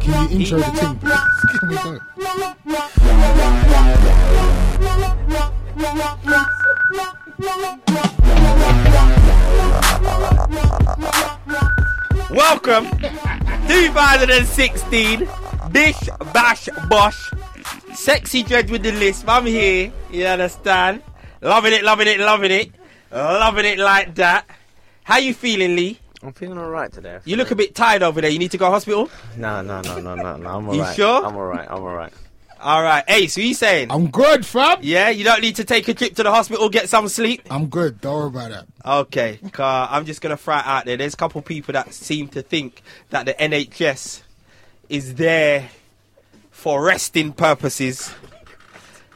Can you intro the team, please? Can we go? Welcome 2016 Bish Bash Bosh Sexy Dread with the list. I'm here, you understand? Loving it, loving it, loving it. Loving it like that. How you feeling, Lee? I'm feeling alright today. You look a bit tired over there. You need to go to hospital? No, no, no, no, no, no. I'm alright. You sure? I'm alright. I'm alright. Alright, Ace, what you saying? I'm good, fam. Yeah, you don't need to take a trip to the hospital, get some sleep. I'm good. Don't worry about that. Okay, 'cause I'm just gonna throw it out there. There's a couple people that seem to think that the NHS is there for resting purposes.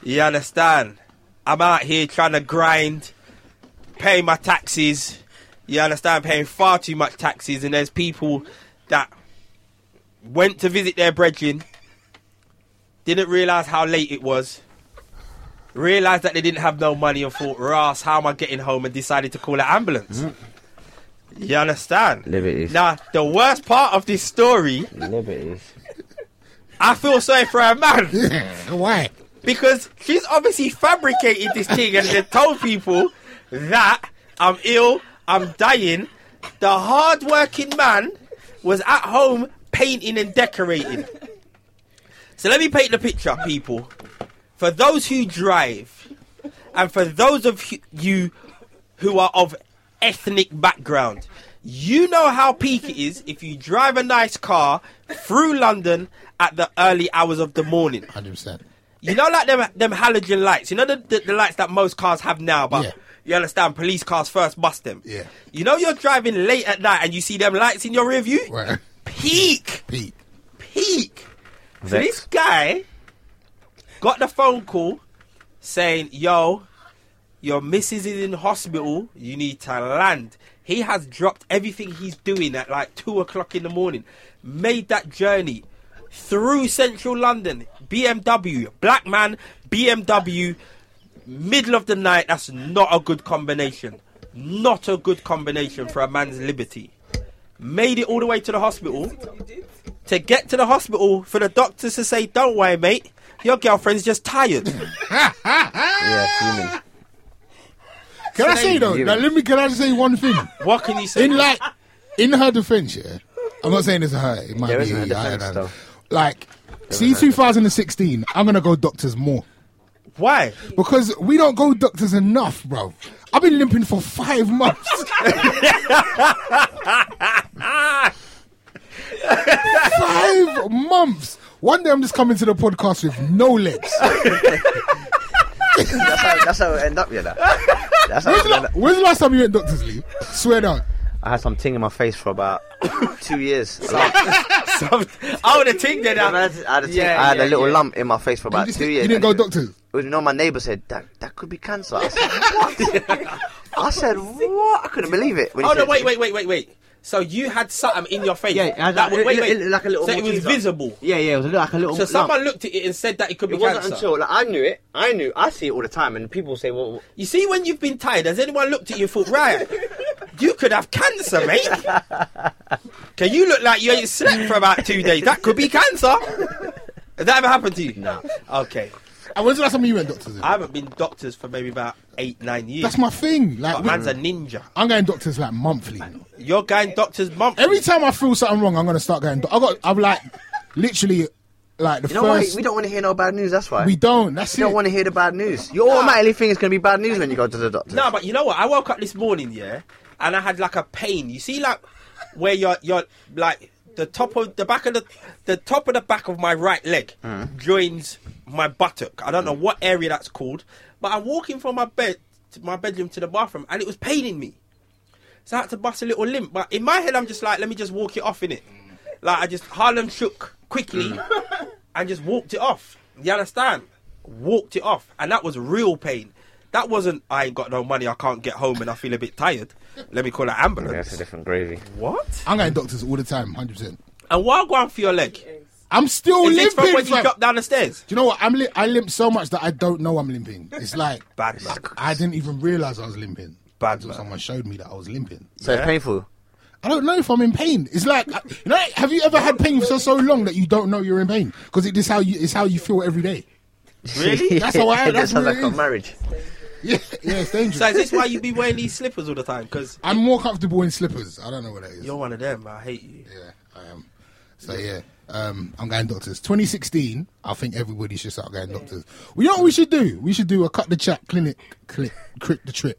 You understand? I'm out here trying to grind, pay my taxes. You understand? Paying far too much taxes, and there's people that went to visit their brethren, didn't realise how late it was, realized that they didn't have no money and thought, Ras, how am I getting home? and decided to call an ambulance. You understand? Liberties. Now, the worst part of this story, Liberties. I feel sorry for her man Why? because she's obviously fabricated this thing and then told people that I'm ill, I'm dying. The hard-working man was at home painting and decorating. So let me paint the picture, people. For those who drive, and for those of hu- you who are of ethnic background, you know how peak it is if you drive a nice car through London at the early hours of the morning. 100%. You know, like them them halogen lights. You know the, the, the lights that most cars have now, but Yeah. you understand police cars first bust them. Yeah. You know you're driving late at night and you see them lights in your rearview. Right. Peak, Pete. peak. So Vex. this guy got the phone call saying, "Yo, your missus is in hospital. You need to land." He has dropped everything he's doing at like two o'clock in the morning, made that journey through central London, BMW, black man, BMW, middle of the night. That's not a good combination. Not a good combination for a man's liberty. Made it all the way to the hospital to get to the hospital for the doctors to say, "Don't worry, mate, your girlfriend's just tired." Yeah, human. Can I say though? you. Now, let me. Can I just say one thing? what can you say? In like, in her defense, yeah. I'm not saying it's her. It might There be. isn't a I don't defense, know. though. Like, see, 2016. I'm gonna go doctors more. Why? Because we don't go doctors enough, bro. I've been limping for five months. five months. One day I'm just coming to the podcast with no legs. That's how, that's how it end up, yeah. That. That's how. When's, It the end la- up. when's the last time you went doctors, Lee? Swear down. I had some ting in my face for about two years. I Some- oh, the thing that had, I I, had a, ting, Yeah, I had yeah, a little yeah. lump in my face for You, about just- two you years. didn't go doctors. You know, my neighbour said that that could be cancer. I said, what? I said, what? I couldn't believe it. When he oh no, said- wait, wait, wait, wait, wait. So you had something in your face. Yeah, I had That a- was- wait, wait. it looked like a little so it was Malteser. visible. Yeah, yeah, it was a little- like a little. So lump. someone looked at it and said that it could be It wasn't cancer. until like, I knew it. I knew. I see it all the time, and people say, "Well, You see, when you've been tired, has anyone looked at you and thought, right, you could have cancer, mate? Can you look like you ain't slept for about two days? That could be cancer. Has that ever happened to you? No. Okay. And when's the last time you went doctors? Lee? I haven't been doctors for maybe about eight, nine years. That's my Mm. thing. Like, But man's a ninja. I'm going doctors like monthly. You're going doctors monthly. Every time I feel something wrong, I'm gonna start going. I got. I'm like, literally, like the You know why? first. We don't want to hear no bad news. That's why. We We don't. That's it. don't want to hear the bad news. You automatically think it's going to be bad news when you go to the doctor. No, but you know what? I woke up this morning, yeah, and I had like a pain. You see, like where your your like the top of the back of the the top of the back of my right leg Hmm. joins my buttock. I don't know what area that's called, but I'm walking from my bed, to my bedroom to the bathroom, and it was paining me. So I had to bust a little limp. But in my head, I'm just like, let me just walk it off in it. Like I just Harlem shook quickly and just walked it off. You understand? Walked it off, and that was real pain. That wasn't. I ain't got no money. I can't get home, and I feel a bit tired. Let me call an ambulance. different gravy. What? I'm going doctors all the time, hundred percent. And while going for your leg, I'm still Is this from limping. when you fam. dropped down the stairs? Do you know what? I'm li- I limp so much that I don't know I'm limping. It's like Bad man. I didn't even realize I was limping. Bad until man. someone showed me that I was limping. So it's painful. I don't know if I'm in pain. It's like you know, have you ever had pain for so, so long that you don't know you're in pain because it is how you it's how you feel every day. Really? That's how I- It that's just sounds what like it a is. marriage. Yeah, yeah, it's dangerous. So is this why you be wearing these slippers all the time? Because I'm more comfortable in slippers. I don't know what that is. you're one of them. I hate you. Yeah, I am. So yeah, um, I'm going doctors. 2016, I think everybody should start going doctors. Well, you know what we should do? We should do a cut the chat clinic, click, click the trip.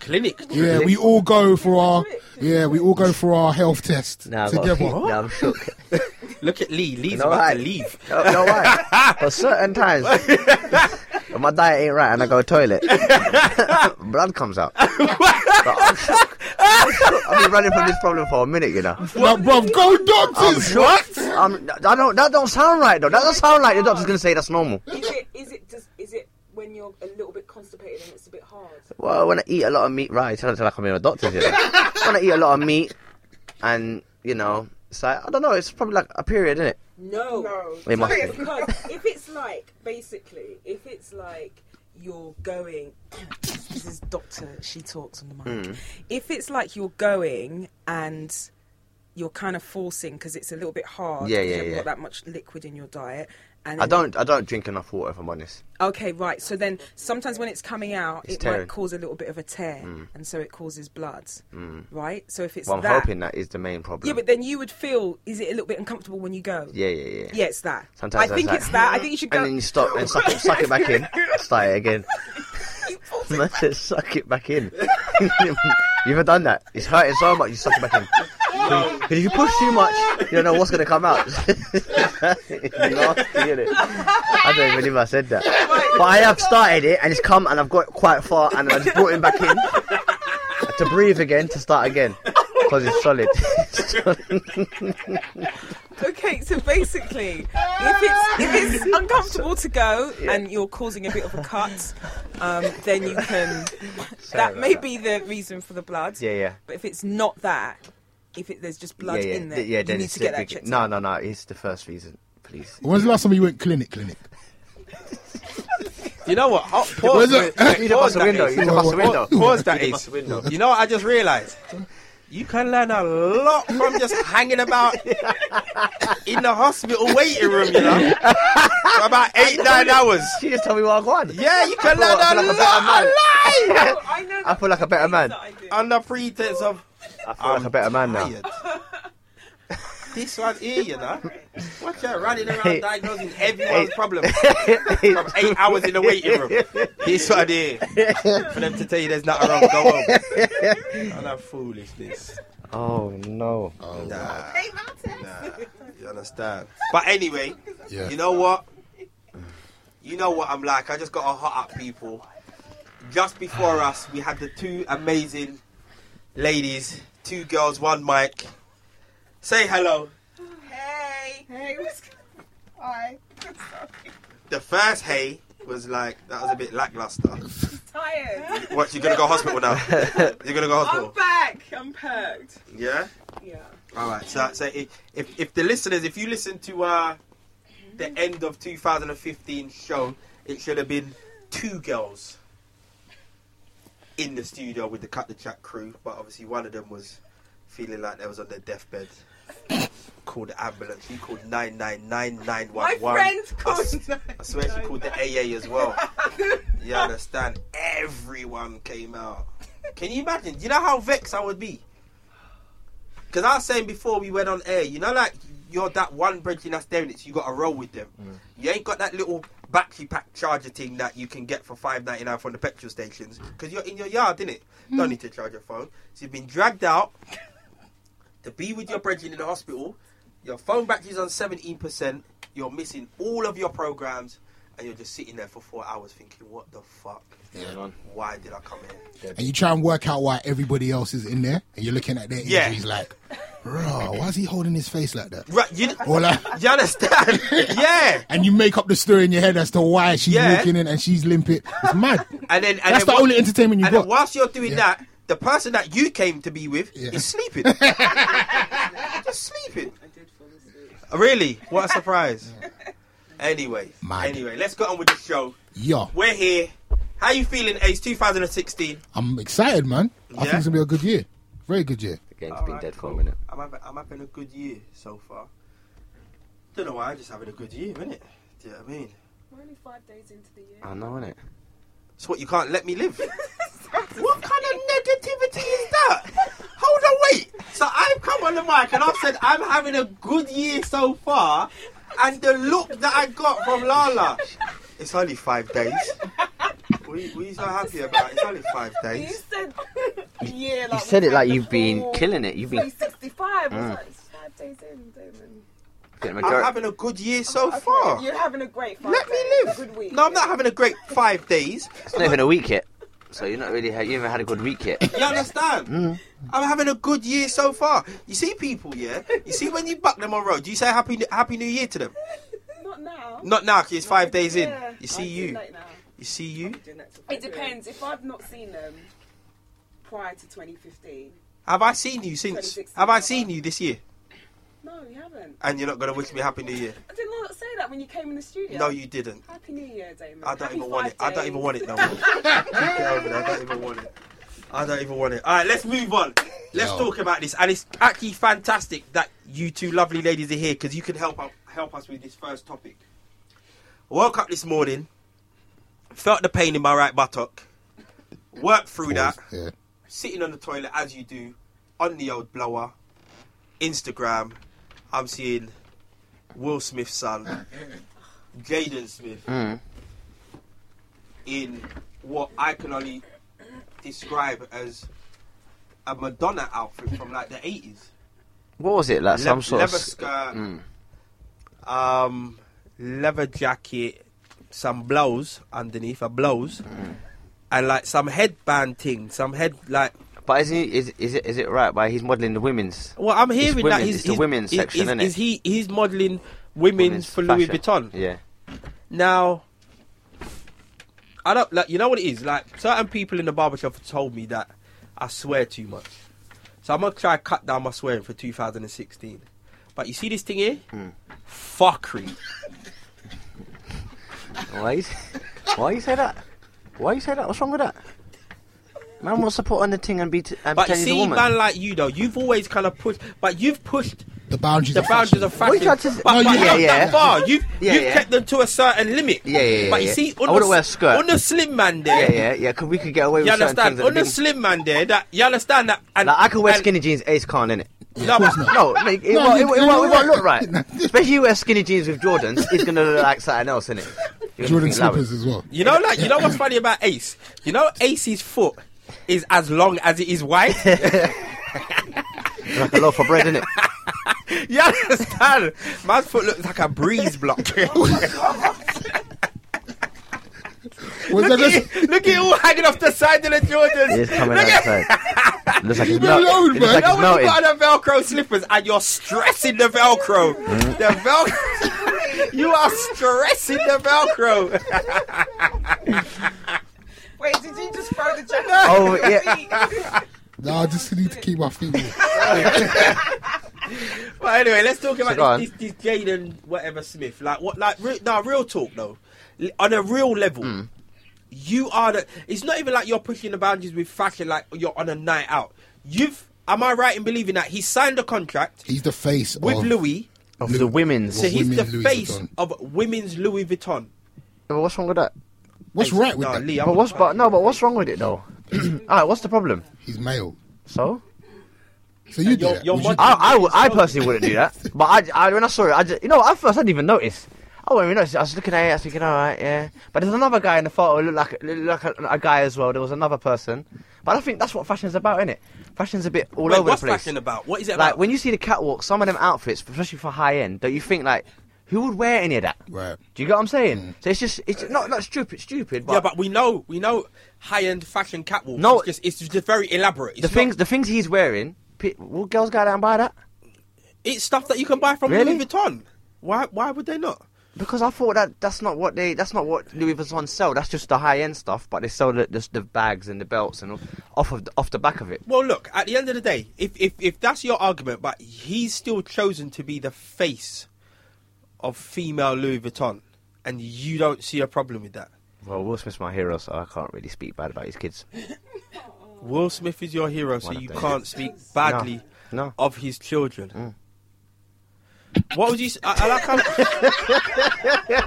Clinic. Yeah, we all go for our yeah, we all go for our health test Now I got together. no, I'm shook. Look at Lee. Lee's know about why? to leave. No, no, why? For certain times, when my diet ain't right and I go toilet, blood comes out. But I'm shook. I'm shook. I've been running from this problem for a minute, you know. Like, bruv, go Um, I'm doctors. shook. I'm, Um, I don't, that don't sound right, though. That doesn't sound like the doctor's going to say that's normal. Is it? Is it? Does, is it when you're a little bit constipated and it's a bit hard? Well, when I eat a lot of meat, right, it's not like I'm in a doctor's here. when I eat a lot of meat and, you know, it's like, I don't know, it's probably like a period, isn't it? No. No. It must be. because if it's like basically, if it's like you're going, this is doctor. She talks on the mic. Hmm. If it's like you're going and you're kind of forcing because it's a little bit hard. Yeah, 'cause yeah, You haven't yeah. got that much liquid in your diet. And I don't, I don't drink enough water, if I'm honest. Okay, right. So then sometimes when it's coming out, It's it tearing. might cause a little bit of a tear, and so it causes blood. Right. So if it's But Hmm. I'm that, hoping that is the main problem. yeah, but then you would feel is it a little bit uncomfortable when you go? yeah, yeah, yeah. Yeah, it's that. Sometimes I that's think like- it's that. I think you should go. And then you stop and suck it, suck it back in. Start it again. Man said, suck it back in. you ever done that? It's hurting so much, you suck it back in. Because if you push too much, you don't know what's going to come out. It's nasty, innit? I don't even believe I said that. But I have started it, and it's come, and I've got quite far, and I just brought him back in to breathe again, to start again. Because it's solid. Okay, so basically, if it's if it's uncomfortable to go and you're causing a bit of a cut, um, then you can. that about may that. be the reason for the blood. yeah, yeah. But if it's not that, if it, there's just blood yeah, yeah. in there, th- Yeah, you then need it's to get the that big- checked. No, out. no, no. It's the first reason, please. When's the last time you went clinic, clinic? You know what? Oh, Was pause. it- wait, You wait, don't Pause pass the that window. is. You don't pass the window. Pause that You don't pass is. the window. You know what I just realised? You can learn a lot from just hanging about in the hospital waiting room, you know? For about eight, nine hours. She just told me what I wanted. Yeah, you can I feel- learn I feel a like a better lot. man. Oh, I know. I feel like a better man. I do. Under pretense of I feel like a better man now. tired. This one here, you know? Watch out, running around diagnosing everyone's problem. from eight hours in the waiting room. This what I did. For them to tell you there's nothing wrong, go home. And that foolishness. Oh no. Nah, nah, you understand? But anyway, Yeah. you know what? You know what I'm like. I just got a hot up, people. Just before us, we had the two amazing ladies, two girls, one mic. Say hello. Hey. Hey. Hi. The first hey was like that was a bit lackluster. Tired. What? You're gonna go hospital now? You're gonna go I'm hospital? back. I'm perked. Yeah. Yeah. All right. So, so if, if if the listeners, if you listen to uh, the end of 2015 show, it should have been two girls in the studio with the Cut the Chat crew, but obviously one of them was feeling like they was on their deathbed. Called the ambulance. She called nine nine nine nine My one one. friend I s- called. I swear she called the AA as well. You understand? Everyone came out. Can you imagine? You know how vexed I would be? Because I was saying before we went on air, you know, like you're that one bridge in Asterix, you got to roll with them. You ain't got that little battery pack charger thing that you can get for five ninety nine from the petrol stations because you're in your yard, innit? Don't need to charge your phone. So you've been dragged out to be with your brethren in the hospital. Your phone battery's on seventeen percent. You're missing all of your programs, and you're just sitting there for four hours thinking, "What the fuck? Why did I come here?" And you try and work out why everybody else is in there, and you're looking at their Yeah. injuries like, "Raw, why is he holding his face like that?" Right? You, Or like, you understand? yeah. and you make up the story in your head as to why she's Yeah. walking in and she's limping. It's mad. And That's then, and then the what- only entertainment you and got. then whilst you're doing Yeah. that, the person that you came to be with Yeah. is sleeping. just sleeping. I did fall asleep. Really? What a surprise. anyway, Mad. anyway, let's get on with the show. Yeah, We're here. How you feeling, Ace? 2016. I'm excited, man. I think Yeah? it's gonna be a good year. Very good year. The game's been Alright, dead for cool. a minute. I'm having, I'm having a good year so far. Don't know why, I'm just having a good year, innit? Do you know what I mean? We're only five days into the year. I know, innit? It's what you can't let me live. what kind of negativity is that? Hold on, wait. So I've come on the mic and I've said I'm having a good year so far, and the look that I got from Lala. It's only five days. We we so happy about it. it's only five You days. said yeah, like You said it like we've you've been had the full killing it. You've been 365. I was Mm. like, it's five days in, Damon. getting I'm majority. having a good year so Okay, far. You're having a great five Let me days, live. A good week. No, I'm not having a great five days. It's not even a week yet, so you're not really. You haven't had a good week yet. You understand? I'm having a good year so far. You see people, yeah. You see when you buck them on road, do you say happy happy new year to them? Not now. Not now, 'cause it's five days in. Yeah, You see I'll do you. late now. You see you. Do next week. It depends. If I've not seen them prior to 2015, Have I seen you since? 26th Have I of seen you this year? no, you haven't. And you're not gonna wish me happy New Year? I did not say that when you came in the studio. No, you didn't. Happy New Year, Damon. I don't Happy even want it. five I don't days. even want it no more. Get over there. I don't even want it. I don't even want it. All right, let's move on. Let's Yo. talk about this, and it's actually fantastic that you two lovely ladies are here because you can help out, help us with this first topic. I woke up this morning, felt the pain in my right buttock, worked through that. Yeah. sitting on the toilet as you do, on the old blower, Instagram. I'm seeing Will Smith's son, Jaden Smith, Mm. in what I can only describe as a Madonna outfit from like the 80s. What was it? Like Le- some sort leather of. s- skirt. Mm. Um, leather jacket, some blouse underneath, a blouse, and like some headband thing, some head like But is he? Is, is it? Is it right? By he's modelling the women's. Well, I'm hearing women- that he's, it's the he's- women's he's- section, he's- innit? is he he's modelling women's, for Louis Vuitton. fashion. Yeah. Now, I don't like you know what it is. Like certain people in the barbershop have told me that I swear too much, so I'm gonna try to cut down my swearing for 2016. But you see this thing here, Hmm. fuckery. Why? You, why you say that? Why you say that? What's wrong with that? Man wants to put on the thing and be t- and But you pretend he's a see, woman. man like you though, you've always kind of pushed, but you've pushed The boundaries. the of boundaries fashion. of What are you fashion. trying to say? No, But, but you not have done that far. You've, Yeah, you've yeah. kept them to a certain limit. Yeah, yeah, yeah, But you yeah. see, I on wouldn't the, wear a skirt. on the slim man there, yeah, yeah, yeah. Cause we could get away with you certain understand? things. at the On the big- slim man there, that you understand that. And, like I could wear and- skinny jeans. Ace can't, innit? No, but- No, no, it, it, No, won't, you- it, won't- you it, won't, know it won't look what? right. Especially you wear skinny jeans with Jordans, it's gonna look like something else, innit? You're gonna Jordan think, "Love it." slippers as well. You know, like you know what's funny about Ace? You know, Ace's foot is as long as it is wide. It's like a loaf of bread, innit? you understand? Man's foot looks like a breeze block. Was look, that at it, just? look at it all hanging off the side of the Jordans. It's coming Look at- outside. It looks like Leave it's me melt- alone, it man. looks like No, when it's you melted. got on the Velcro slippers and you're stressing the Velcro. Mm. The Velcro. you are stressing the Velcro. Wait, did you just throw the jacket? at Oh, your yeah. feet? No, I just need to keep my feet. warm. but anyway, let's talk So go about on. this, this, this Jaden whatever Smith. Like what? Like re- no, real talk though. L- On a real level, Hmm. you are the. It's not even like you're pushing the boundaries with fashion. Like you're on a night out. You've. Am I right in believing that he signed a contract He's the face with of Louis? Of the women's. So he's the women's Louis face Vuitton. of women's Louis Vuitton. But what's wrong with that? What's right with Nah, that? Lee, I'm But what's not- but no, but what's wrong with it though? Alright, what's the problem? He's male. So So you do Your- that? your Would you- mod- I, I, would- I personally wouldn't do that. But I, I when I saw it, I just, you know, at first I didn't even notice. I wouldn't even notice. I was looking at it, I was thinking, all right, yeah. But there's another guy in the photo who looked like, looked like a, a guy as well. There was another person. But I think that's what fashion's about, innit? Fashion's a bit all Wait, over what's the place. fashion about? What is it Like about? when you see the catwalk, some of them outfits, especially for high end, don't you think like, who would wear any of that? Right. Do you get what I'm saying? So it's just, it's not not stupid, stupid. But yeah, but we know we know high end fashion catwalk. No. it's just it's just very elaborate. It's the not- things, the things he's wearing, pe- will girls go down and buy that? it's stuff that you can buy from Really? Louis Vuitton. Why why would they not? Because I thought that that's not what they that's not what Louis Vuitton sell. That's just the high end stuff. But they sell the, the, the bags and the belts and all- off of the, off the back of it. Well, look at the end of the day, if if if that's your argument, but he's still chosen to be the face of female Louis Vuitton, and you don't see a problem with that. Well, Will Smith's my hero, so I can't really speak bad about his kids. Will Smith is your hero, so One of you them. can't speak badly No. Mm. of his children. What would you? s- I, I like how,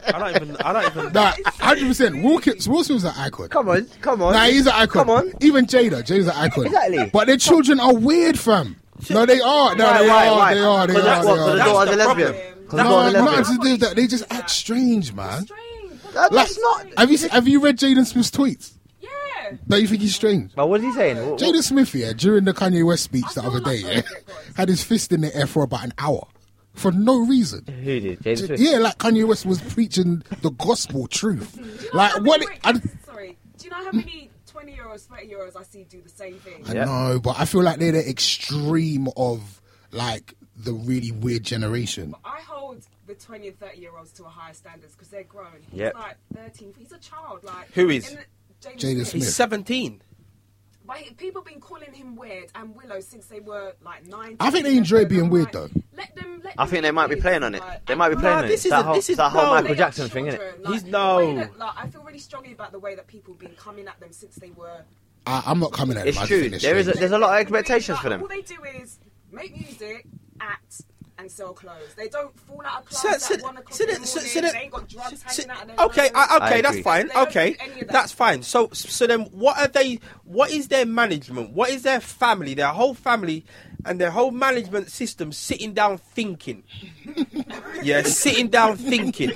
I don't even. I don't even. Nah, hundred percent. Wilkins Wilson's an icon. Come on, come on. Nah, he's an icon. Come on. Even Jada, Jada's an icon. Exactly. But their children are weird, fam. No, they are. No, Why, they, why, are. why? they are. They Because are. that's They what- are. They are. because the daughter's a the problem. lesbian. Because the No, daughter's a no, no, lesbian. to do that. They just act strange, man. That- Like- That's not. Have you have you read Jaden Smith's tweets? Yeah. Don't you think he's strange? Well, what is he saying? What- Jaden Smith, yeah, during the Kanye West speech the feel other day, like yeah, those are good. had his fist in the air for about an hour for no reason. what- Who did? James Smith? Yeah, like Kanye West was preaching the gospel truth. Like what? It, I, Sorry. Do you know how many 20 year olds, 30 year olds I see do the same thing? I Yeah. know, but I feel like they're the extreme of like the really weird generation. I hold the 20 and 30 year olds to a higher standards because they're grown. He's Yep. like 13. He's a child. Like Who is? in the- Jaden Jaden Smith. Smith. He's seventeen. But he- people been calling him weird and Willow since they were like nine. I think they enjoy being weird, though. Let them. Let I them think they might be weird, playing on it. like- They might be Nah, playing on it. this That isn't- whole, this is- that whole no. they Michael are Jackson thing, innit? children, like, He's- the no. way that- like, I feel really strongly about the way that people been coming at them since they were. I, I'm not coming at him. It's I just true. think they're There is a- strange. there's a lot of They expectations really, for like, them. All they do is make music, act, and sell clothes. They don't fall out of So- class so- at one o'clock so in the then- so- morning. so then- they ain't got drugs So- hanging out of their okay, nose. I, okay, I that's agree. fine. They don't okay, do any of that. that's fine. So, so then, what are they? What is their management? What is their family? Their whole family and their whole management system sitting down thinking. yeah, sitting down thinking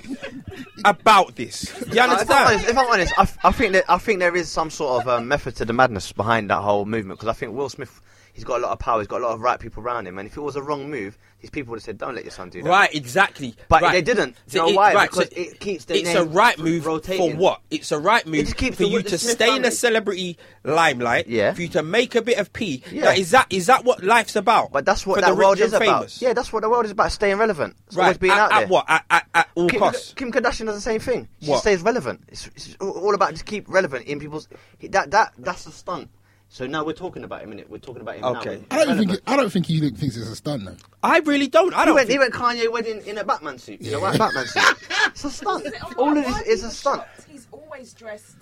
about this. You Uh, If I'm understand? honest, if I'm honest I, f- I think that I think there is some sort of um, method to the madness behind that whole movement because I think Will Smith, he's got a lot of power, he's got a lot of right people around him, and if it was a wrong move, these people would have said, "Don't let your son do that." Right, exactly. But right. they didn't. Do you know it- why? right, Because it keeps the It's name a right move rotating. for what? It's a right move just keeps for the- you the to Smith stay in the family. celebrity limelight. Yeah. For you to make a bit of pee. Yeah. That- is that is that what life's about? But that's what for that the world rich is and about. famous? Yeah, that's what the world is about: staying relevant. It's always Right. being at, out at there. what? At, at, at all Kim, costs. Kim Kardashian does the same thing. She What? stays relevant. It's, it's all about to keep relevant in people's. That that that's the stunt. So now we're talking about him, innit? We're talking about him Okay. now. I don't think I don't think he thinks it's a stunt though. I really don't. I He don't. went, he think- went Kanye went in, in a Batman suit, you know, Yeah. white Batman suit. It's a stunt. Is it alright? All of Why this are is a people stunt. shocked He's always dressed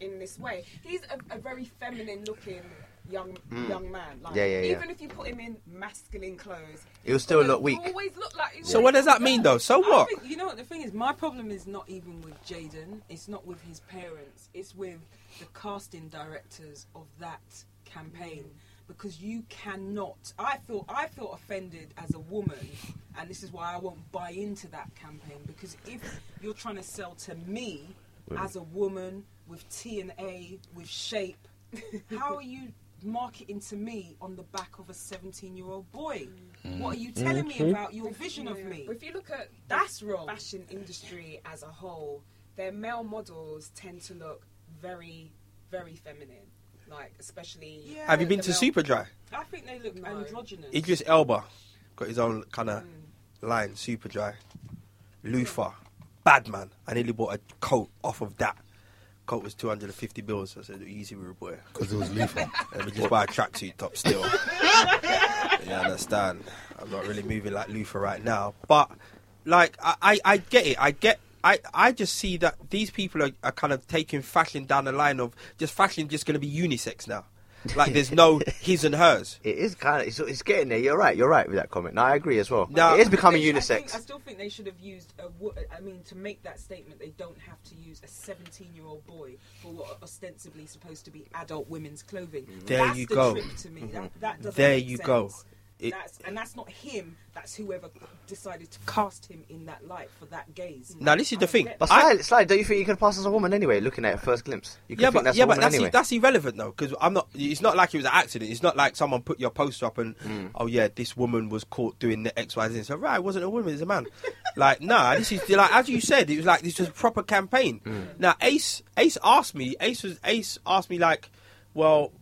in this way. He's a, a very feminine-looking young young man. Like, Mm. Yeah, yeah, yeah. Even if you put him in masculine clothes, He'll still look weak. Always look like. he's So always what does that looked mean, like- though? So I what? think- you know what the thing is? My problem is not even with Jaden. It's not with his parents. It's with the casting directors of that campaign Mm-hmm. because you cannot. I feel I feel offended as a woman, and this is why I won't buy into that campaign because if you're trying to sell to me as a woman with T and A with shape, how are you? Marketing to me on the back of a 17 year old boy. What are you telling me about your vision of Mm. Yeah. me? But If you look at That's the wrong. fashion industry as a whole, their male models tend to look very, very feminine. Like especially. Yeah. Have you been the to male- Superdry? I think they look No. androgynous. Idris Elba got his own kind of line. Superdry, Lufa, bad man. I nearly bought a coat off of that. Coat was 250 bills. I said, easy, we boy. Because it was lethal. Let me just buy a tracksuit top still. you understand? I'm not really moving like Luther right now. But, like, I, I, I get it. I get. I, I just see that these people are, are kind of taking fashion down the line of just fashion just going to be unisex now. Like, there's no his and hers. It is kind of. It's, it's getting there. You're right. You're right with that comment. No, I agree as well. No. it is becoming They- I think- I, unisex. still think they should have used a. wo- I mean, to make that statement, they don't have to use a 17-year-old boy for what are ostensibly supposed to be adult women's clothing. There that's you the go. Trick to me. That, that doesn't There make you sense. go. It- that's, and that's not him. That's whoever decided to cast him in that light for that gaze. Now, this is the I thing. get But I- Sly, Sly, don't you think you could pass as a woman anyway? Looking at it first glimpse, you could yeah, think but that's yeah, a woman but that's, anyway. that's irrelevant though, because I'm not. It's not like it was an accident. It's not like someone put your poster up and Mm. oh yeah, this woman was caught doing the X Y Z. So right, it wasn't a woman, it's a man. like nah, this is like as you said, it was like this was a proper campaign. Mm. Now Ace Ace asked me. Ace was Ace asked me like, well,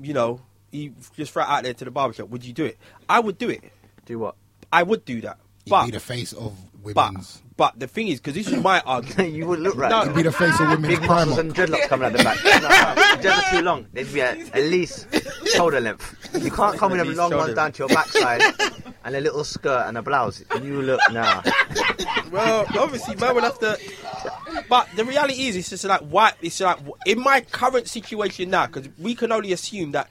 you know, he just threw it out there to the barbershop. Would you do it? I would do it. Do what? I would do that. He'd But be the face of but women's. but the thing is, because this is my argument. you would look right. No. He'd be the face of women's Big muscles Primark. and dreadlocks coming out the back. No, no, dreadlocks too long. They'd be at, at least shoulder length. You can't come with At them least long shoulder ones down to your backside. and a little skirt and a blouse, you look nah. Well, obviously, man will have to. But the reality is, it's just like why It's like in my current situation now, because we can only assume that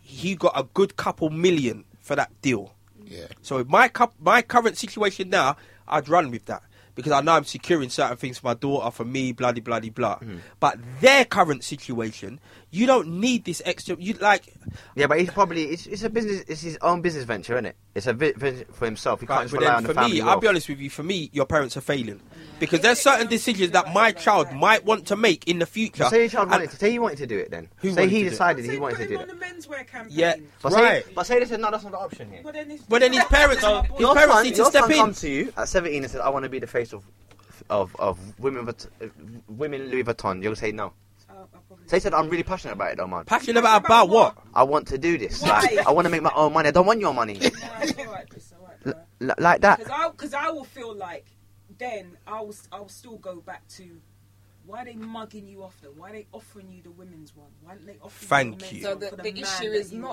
he got a good couple million for that deal. Yeah. So in my cup, my current situation now, I'd run with that because I know I'm securing certain things for my daughter, for me, bloody bloody blah. But their current situation, you don't need this extra. You like, Yeah, but he's probably it's, it's a business. It's his own business venture, isn't it? It's a vi- venture for himself. He can't Right, just but rely then on the for family. me, I'll wealth. be honest with you. For me, your parents are failing because there's certain decisions that my child might want to make in the future. Say your child and- wanted to. Say he wanted to do it then. Who say wanted to he do it? decided he Say wanted put to do him that. on the menswear campaign. Yeah, But right. say, but say they said no, that's not an option here. But then, it's- But then his parents- That's my boy. Your Your parents son, need to your step son in. comes to you at 17 and says, "I want to be the face of, of, of women, Vut- uh, women Louis Vuitton." You'll say no. Oh, I probably- So he said, "I'm really passionate about it, though, man. Passionate about about what? I want to do this. Why? Like, I want to make my own money. I don't want your money, Alright, alright, Chris, alright, L- alright. l- like that." Cause I, cause I will feel like then I will, s- I will still go back to why they mugging you off though? Why they offering you the women's one? Why don't they offer Thank you? you. the So men's one for man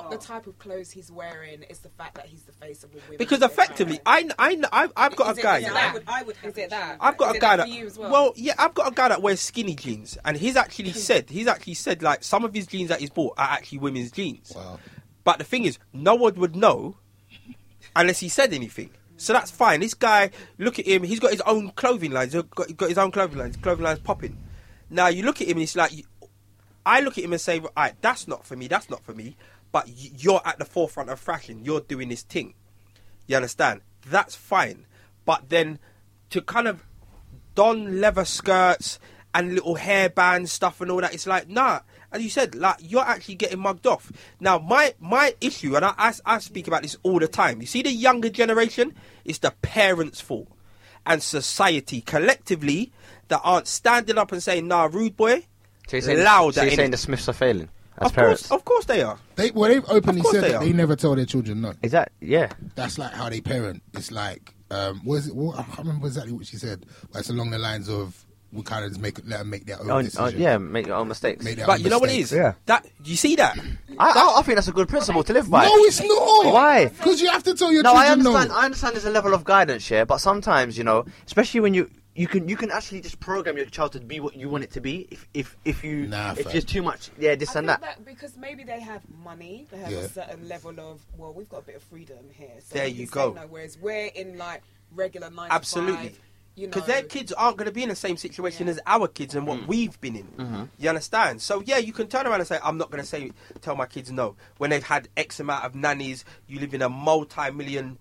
that you are? of clothes he's wearing; it's the fact that he's the face of a woman. Because effectively, I, I, I've, I've got Is a it- guy. is Yeah, it I would, I would have Is it an that? issue with I've got Is a it guy that that, for you as well? yeah, I've got a guy that wears skinny jeans, and he's actually said he's actually said like some of his jeans that he's bought are actually women's jeans. Wow. But the thing is, no one would know unless he said anything. So that's fine. This guy, look at him. He's got his own clothing lines. He's got, he's got his own clothing lines. Clothing lines popping. Now you look at him, and it's like you, I look at him and say, "All right, that's not for me. That's not for me." But y- you're at the forefront of fashion. You're doing this thing. You understand? That's fine. But then to kind of don leather skirts and little hairband stuff and all that, it's like, nah. As you said, like you're actually getting mugged off. Now, my my issue, and I, I, I speak about this all the time. You see, the younger generation, it's the parents' fault and society collectively that aren't standing up and saying, "Nah, rude boy." So you're Loud So at you're any- saying the Smiths are failing as of parents? course, of course they are. They well, they've openly Of course said they that are. they never tell their children no. Is that yeah? That's like how they parent. It's like, um, was it? Well, I can't remember exactly what she said, but it's along the lines of we kind of just make let them make their own Oh, decision. oh, yeah, make your own mistakes. Make their But own you know what it mistakes. is? Yeah. That you see that? I, I, I think that's a good principle to live by. No, it's not. Why? Because you have to tell your No, I children understand. no. I understand. There's a level of guidance here, but sometimes you know, especially when you you can you can actually just program your child to be what you want it to be. If if if you Nah, if fam. there's too much, yeah, I this think and that. that because maybe they have money, they have Yeah. a certain level of well, we've got a bit of freedom here. So There we you can say go. No, whereas we're in like regular nine to Absolutely. five, you know, Because their kids aren't going to be in the same situation as our kids and what Mm. we've been in. Mm-hmm. You understand? So yeah, you can turn around and say, "I'm not going to say tell my kids no." When they've had X amount of nannies, you live in a multi-million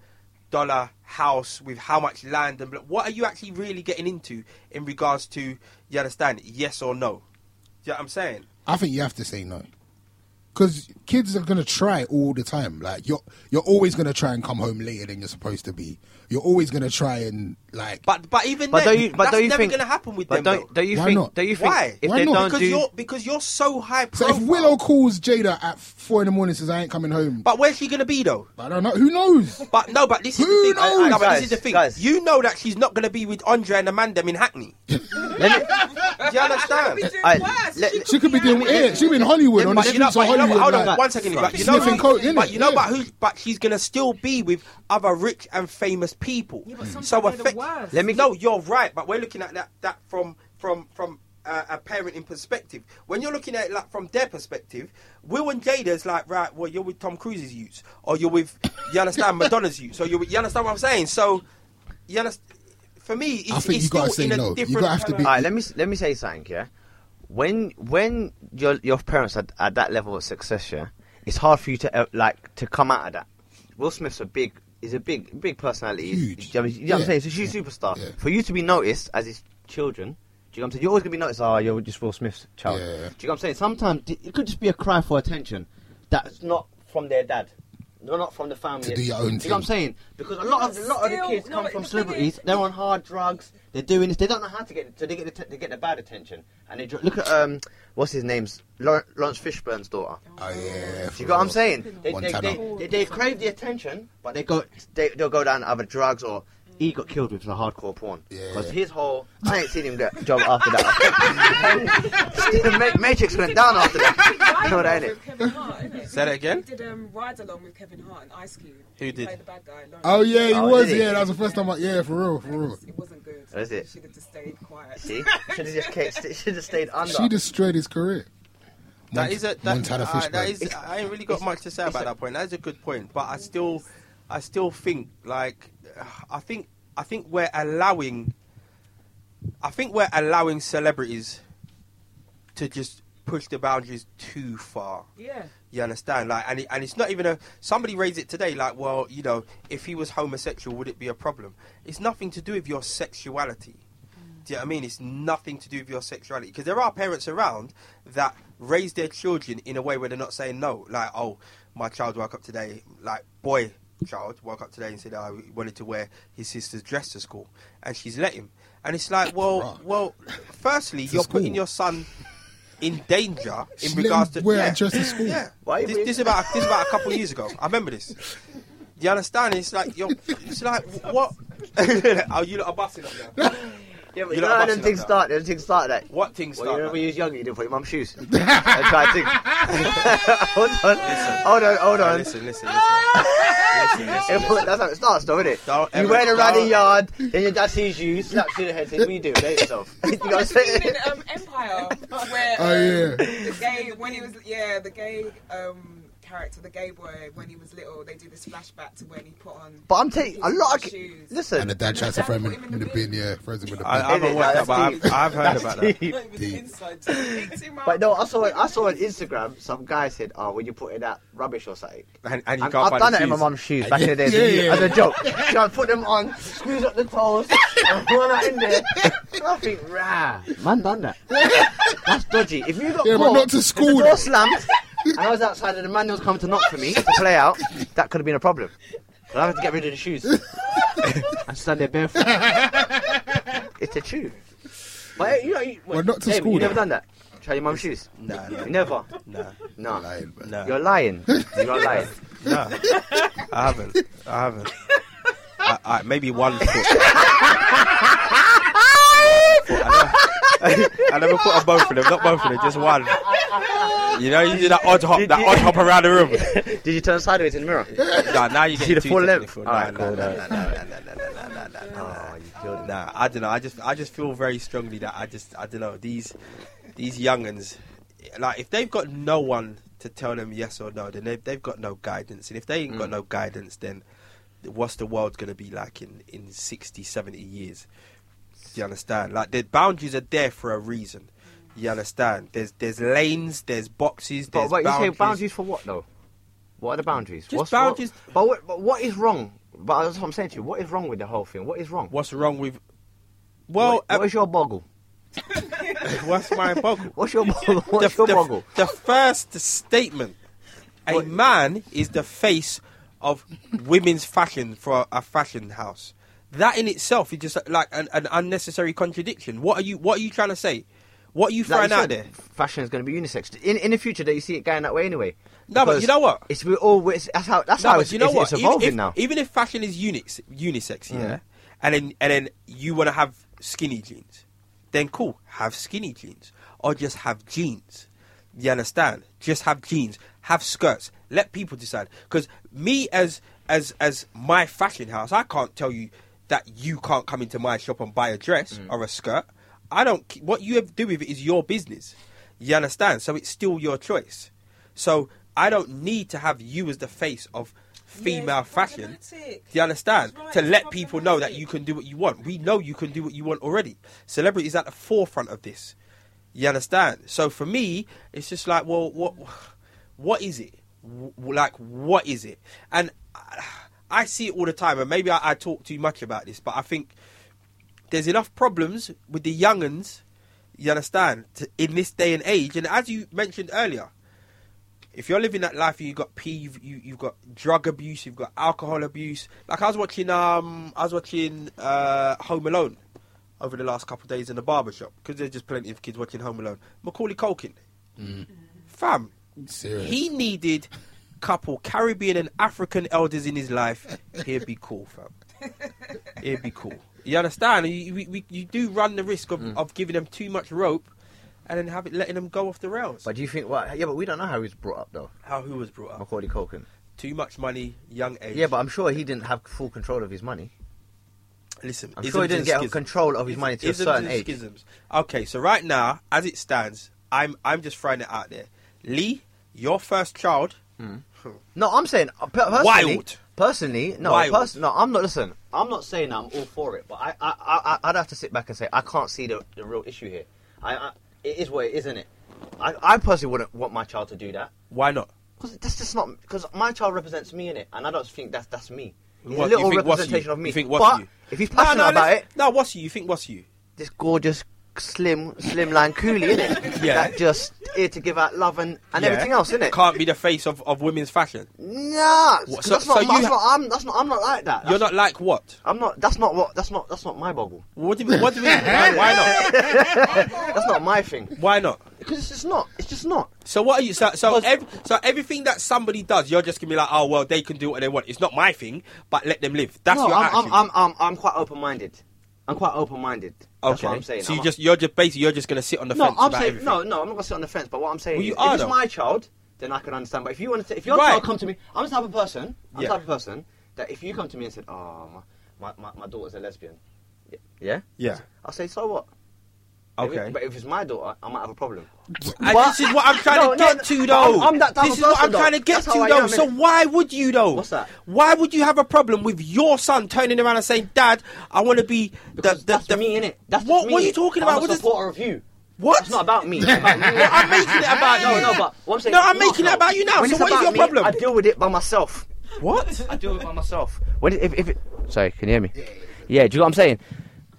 dollar house with how much land and blah. what are you actually really getting into in regards to you understand yes or no? Do you know what I'm saying? I think you have to say no. Because kids are gonna try all the time. Like you're, you're always gonna try and come home later than you're supposed to be. You're always gonna try and like. But but even But then, don't you? But that's don't you never think going to happen with but them. Don't, though. don't you Why think? not? Don't you think? Why? If Why they not? don't because do, you're because you're so high so profile. if Willow calls Jada at four in the morning and says I ain't coming home, but where's she going to be though? I don't know. Who knows? But no, but this is Who the thing. I- I- knows? no, but Guys, this is the thing. guys. You know that she's not going to be with Andre and Amanda in Hackney. Do you understand? Alright, worse. let- She could be doing it. She be in Hollywood on the But you know, streets of but you know, Hollywood. hold on, like- one second. But you know, Sniffing coke, innit? but you know, Yeah. but who? But she's gonna still be with other rich and famous people. Yeah, but sometimes so they're the affect. worst. Let me- No, you're right, but we're looking at that that from from from uh, a parenting perspective. When you're looking at it like from their perspective, Will and Jada's like, right, well, you're with Tom Cruise's youth, or you're with, you understand, Madonna's youth. So you you understand what I'm saying? So, you understand. For me, it's, I think it's you gotta still say in a no. You different. gotta have to be- All right, let me let me say something. Yeah, when when your your parents are at that level of success, yeah, it's hard for you to uh, like to come out of that. Will Smith's a big is a big big personality. Huge. Do You know what I mean? You know what Yeah. I'm saying? So she's a superstar. Yeah. For you to be noticed as his children. Do you know what I'm saying? You're always gonna be noticed. Oh, you're just Will Smith's child. Yeah. Do you know what I'm saying? Sometimes it it could just be a cry for attention. That's not from their dad. No, not from the family. To do your own You know what I'm thing. saying? Because a lot of a lot of Still, the kids no, come but from the thing celebrities. is- They're on hard drugs. They're doing this. They don't know how to get it, so they get the, they get the bad attention. And they dr- look at um, what's his name's Lawren- Lawrence Fishburne's daughter. Oh yeah. Do you got what I'm saying? They, One they, time they, out. they, they crave the attention, but they go they, they'll go down to other drugs or. He got killed with the hardcore porn. Yeah. Because his whole. I ain't seen him get a job after that. Ma- Matrix went down after that. You know what I mean? Kevin Hart, isn't it? Say that again. Did um ride along with Kevin Hart and Ice Cube. Who He did? Played the bad guy. Lawrence. Oh yeah, he Oh, was. did he? Yeah, that was the first time. I, yeah, for real, for real. It wasn't good. Is it? Should have just stayed quiet. See, should have just kept, should have stayed under. She destroyed his career. That Mont- is a that, Montana uh, that Fishburne. is. I ain't really got much to say about that point. That's a good point, but I still, I still think like, I think I think we're allowing, I think we're allowing celebrities to just push the boundaries too far. Yeah. You understand? Like, and it, and it's not even a. Somebody raised it today. Like, well, you know, if he was homosexual, would it be a problem? It's nothing to do with your sexuality. Do you know what I mean? It's nothing to do with your sexuality because there are parents around that raise their children in a way where they're not saying no. Like, oh, my child woke up today. Like, boy, child woke up today and said oh, he wanted to wear his sister's dress to school, and she's let him. And it's like, well, Right. well, firstly, you're school. putting your son in danger in She let regards him to wear yeah, a dress to school. Yeah, Why this, we- this about this about a couple of years ago. I remember this. You understand? It's like you're, it's like what? oh, you lot are busting up now. Yeah, but You you know know, how how much them you things like start. Them things start that. What things Well, you start? remember when now? you was young, you didn't put your mum's shoes. I tried to. hold on, hold on, hold Hey, on. listen, listen, listen. listen, It listen, put- listen. that's how it starts, though, isn't it? Don't you ever- went around the uh, don't- yard, then your dad sees you, slaps you in the head, says, "What are you doing? Hate yourself." you know what I'm saying? In um, Empire, where uh, Oh yeah. the gay when he was yeah the gay um character the gay boy when he was little they do this flashback to when he put on But I'm telling you, a lot of ki- Shoes. And the listen. dad tries to throw him in, in the bin. Yeah, throws him in the bin. I, I haven't Hey, worked that's out, but I've, deep. I've heard That's about that. deep. it was Deep. inside to But no, I saw I saw on Instagram some guy said, "Oh, when you put in that rubbish or something." And, and you And can't I've find done the that in my shoes. mum's shoes back in the day Yeah, yeah. as a joke. so I put them on, squeeze up the toes, and throw that in there. And I think, rah, man done that. That's dodgy. If you got Yeah, but caught, not to if school, the though. door slammed, and I was outside and the man was coming to knock for me to play out, that could have been a problem. But I have to get rid of the shoes. I stand there barefoot. it's a shoe. But hey, you know, you, Well, not to Dave, school, You though. never done that. Try your mum's shoes. Nah, nah, Never. nah, No. Lying, man. nah. You're lying. You're not lying. No, I haven't. I haven't. I, I, maybe one foot. Foot, I, never, I never put on both of them. Not both of them. Just one. You know, you do that odd hop, Did that you- odd hop around the room. Did you turn sideways in the mirror? Nah, now you See the get full length? Nah, Alright, nah, nah, nah, cool, nah, then. nah, nah, nah, nah, nah, nah. Oh, you killed it. Nah, I don't know. I just, I just feel very strongly that I just, I don't know. These, these younguns, like if they've got no one to tell them yes or no, then they've, they've got no guidance. And if they ain't got Mm. no guidance, then what's the world gonna be like in in 60, 70 years? Do you understand? Like the boundaries are there for a reason. You understand? There's, there's lanes, there's boxes, But there's wait, you boundaries. say boundaries for what though? What are the boundaries? Just what- boundaries- but, what, but what is wrong? But that's what I'm saying to you. What is wrong with the whole thing? What is wrong? What's wrong with? Well, uh, what is your boggle? what's my boggle? What's your boggle? What's your boggle? the first statement a What- man is the face of women's fashion for a fashion house that in itself is just like an, an unnecessary contradiction what are you what are you trying to say what are you Like you throwing out said, there Fashion is going to be unisex. In in the future, that you see it going that way anyway. No, but Because you know what? It's we all. It's, that's how. That's No, how but it's, it's, it's evolving even if, now. Even if fashion is unix, unisex, yeah, Mm. and then and then you want to have skinny jeans, then cool, have skinny jeans, or just have jeans. You understand? Just have jeans, have skirts. Let people decide. Because me as as as my fashion house, I can't tell you that you can't come into my shop and buy a dress or a skirt. I don't. c- What you have to do with it is your business. You understand? So it's still your choice. So I don't need to have you as the face of female fashion. Do you understand? That's right, to it's let people know that problematic. you can do what you want. We know you can do what you want already. Celebrities at the forefront of this. You understand? So for me, it's just like, well, what, what is it? W- Like, what is it? And I- I see it all the time, and maybe I, I talk too much about this, but I think there's enough problems with the younguns. You understand? To, in this day and age, and as you mentioned earlier, if you're living that life, and you've got P, you've, you, you've got drug abuse, you've got alcohol abuse. Like I was watching, um, I was watching uh, Home Alone over the last couple of days in the barber shop because there's just plenty of kids watching Home Alone. Macaulay Culkin, fam, Serious. he needed couple Caribbean and African elders in his life. He'd be cool, fam. He'd be cool. You understand? You, you, we- you do run the risk of, of giving them too much rope, and then have it letting them go off the rails. But do you think? Well, yeah, but we don't know how he was brought up though. How who was brought up? Macaulay Culkin. Too much money, young age. Yeah, but I'm sure he didn't have full control of his money. listen, I'm sure he isms and didn't get schisms. control of his money to a Isms certain and age. Schisms. Okay, so right now, as it stands, I'm I'm just throwing it out there. Lee, your first child. No, I'm saying uh, per- personally. Wild. Personally, no, Wild. pers- no, I'm not. Listen, I'm not saying I'm all for it, but I, I, I, I- I'd have to sit back and say I can't see the, the real issue here. I, I, it is what it is, isn't it? I, I personally wouldn't want my child to do that Why not? because that's just not because my child represents me in it, and I don't think that's that's me. It's What, a you little think what's you? representation of me. You think what's but you? if he's passionate about listen- it, No, what's you? You think what's you? this gorgeous slim slimline coolie in it Yeah. that just here to give out love and, and Yeah. everything else in it. Can't be the face of, of women's fashion. Nah, 'cause What, so- that's, not, so you that's ha- not. I'm. That's not. I'm not like that. You're That's- not like what? I'm not. That's not what. That's not. That's not my boggle. What do we? What do we? why, why not? That's not my thing. Why not? Because it's just not. It's just not. So what are you? So so, Because- ev- so everything that somebody does, you're just gonna be like, oh well, they can do what they want. It's not my thing, but let them live. That's no, your I'm, attitude. I'm, I'm, I'm. I'm quite open-minded. I'm quite open-minded. That's okay. what I'm saying. So you I'm- just you're just basically you're just gonna sit on the No, fence I'm about saying everything. no, no. I'm not gonna sit on the fence. But what I'm saying Well, you is, are, if though. it's my child, then I can understand. But if you want to, if your Right. child come to me, I'm the type of person. I'm Yeah. the type of person that if you come to me and said, "Oh, my, my, my, my daughter's a lesbian," y- yeah, Yeah. I'll say, "So what?" If it- Okay. but if it's my daughter, I might have a problem. And What? this is what I'm trying to No, no, get no, to, but though. I'm- I'm that type this of is what I'm person, trying to though. get That's to, how I though. am, so innit? why would you, though? What's that? Why would you have a problem with your son turning around and saying, "Dad, I want to be the, the, That's, that's the me, innit? That's what? just me. What are you talking I'm about? a What is- supporter of you. what? It's not about me. It's about me. Well, I'm making it about no, you. no, but what I'm saying. No, I'm No, making no. it about you now. When so it's what is about your me, problem? I deal with it by myself. what? I do it by myself. When if, if it, sorry, can you hear me? Yeah, do you know what I'm saying?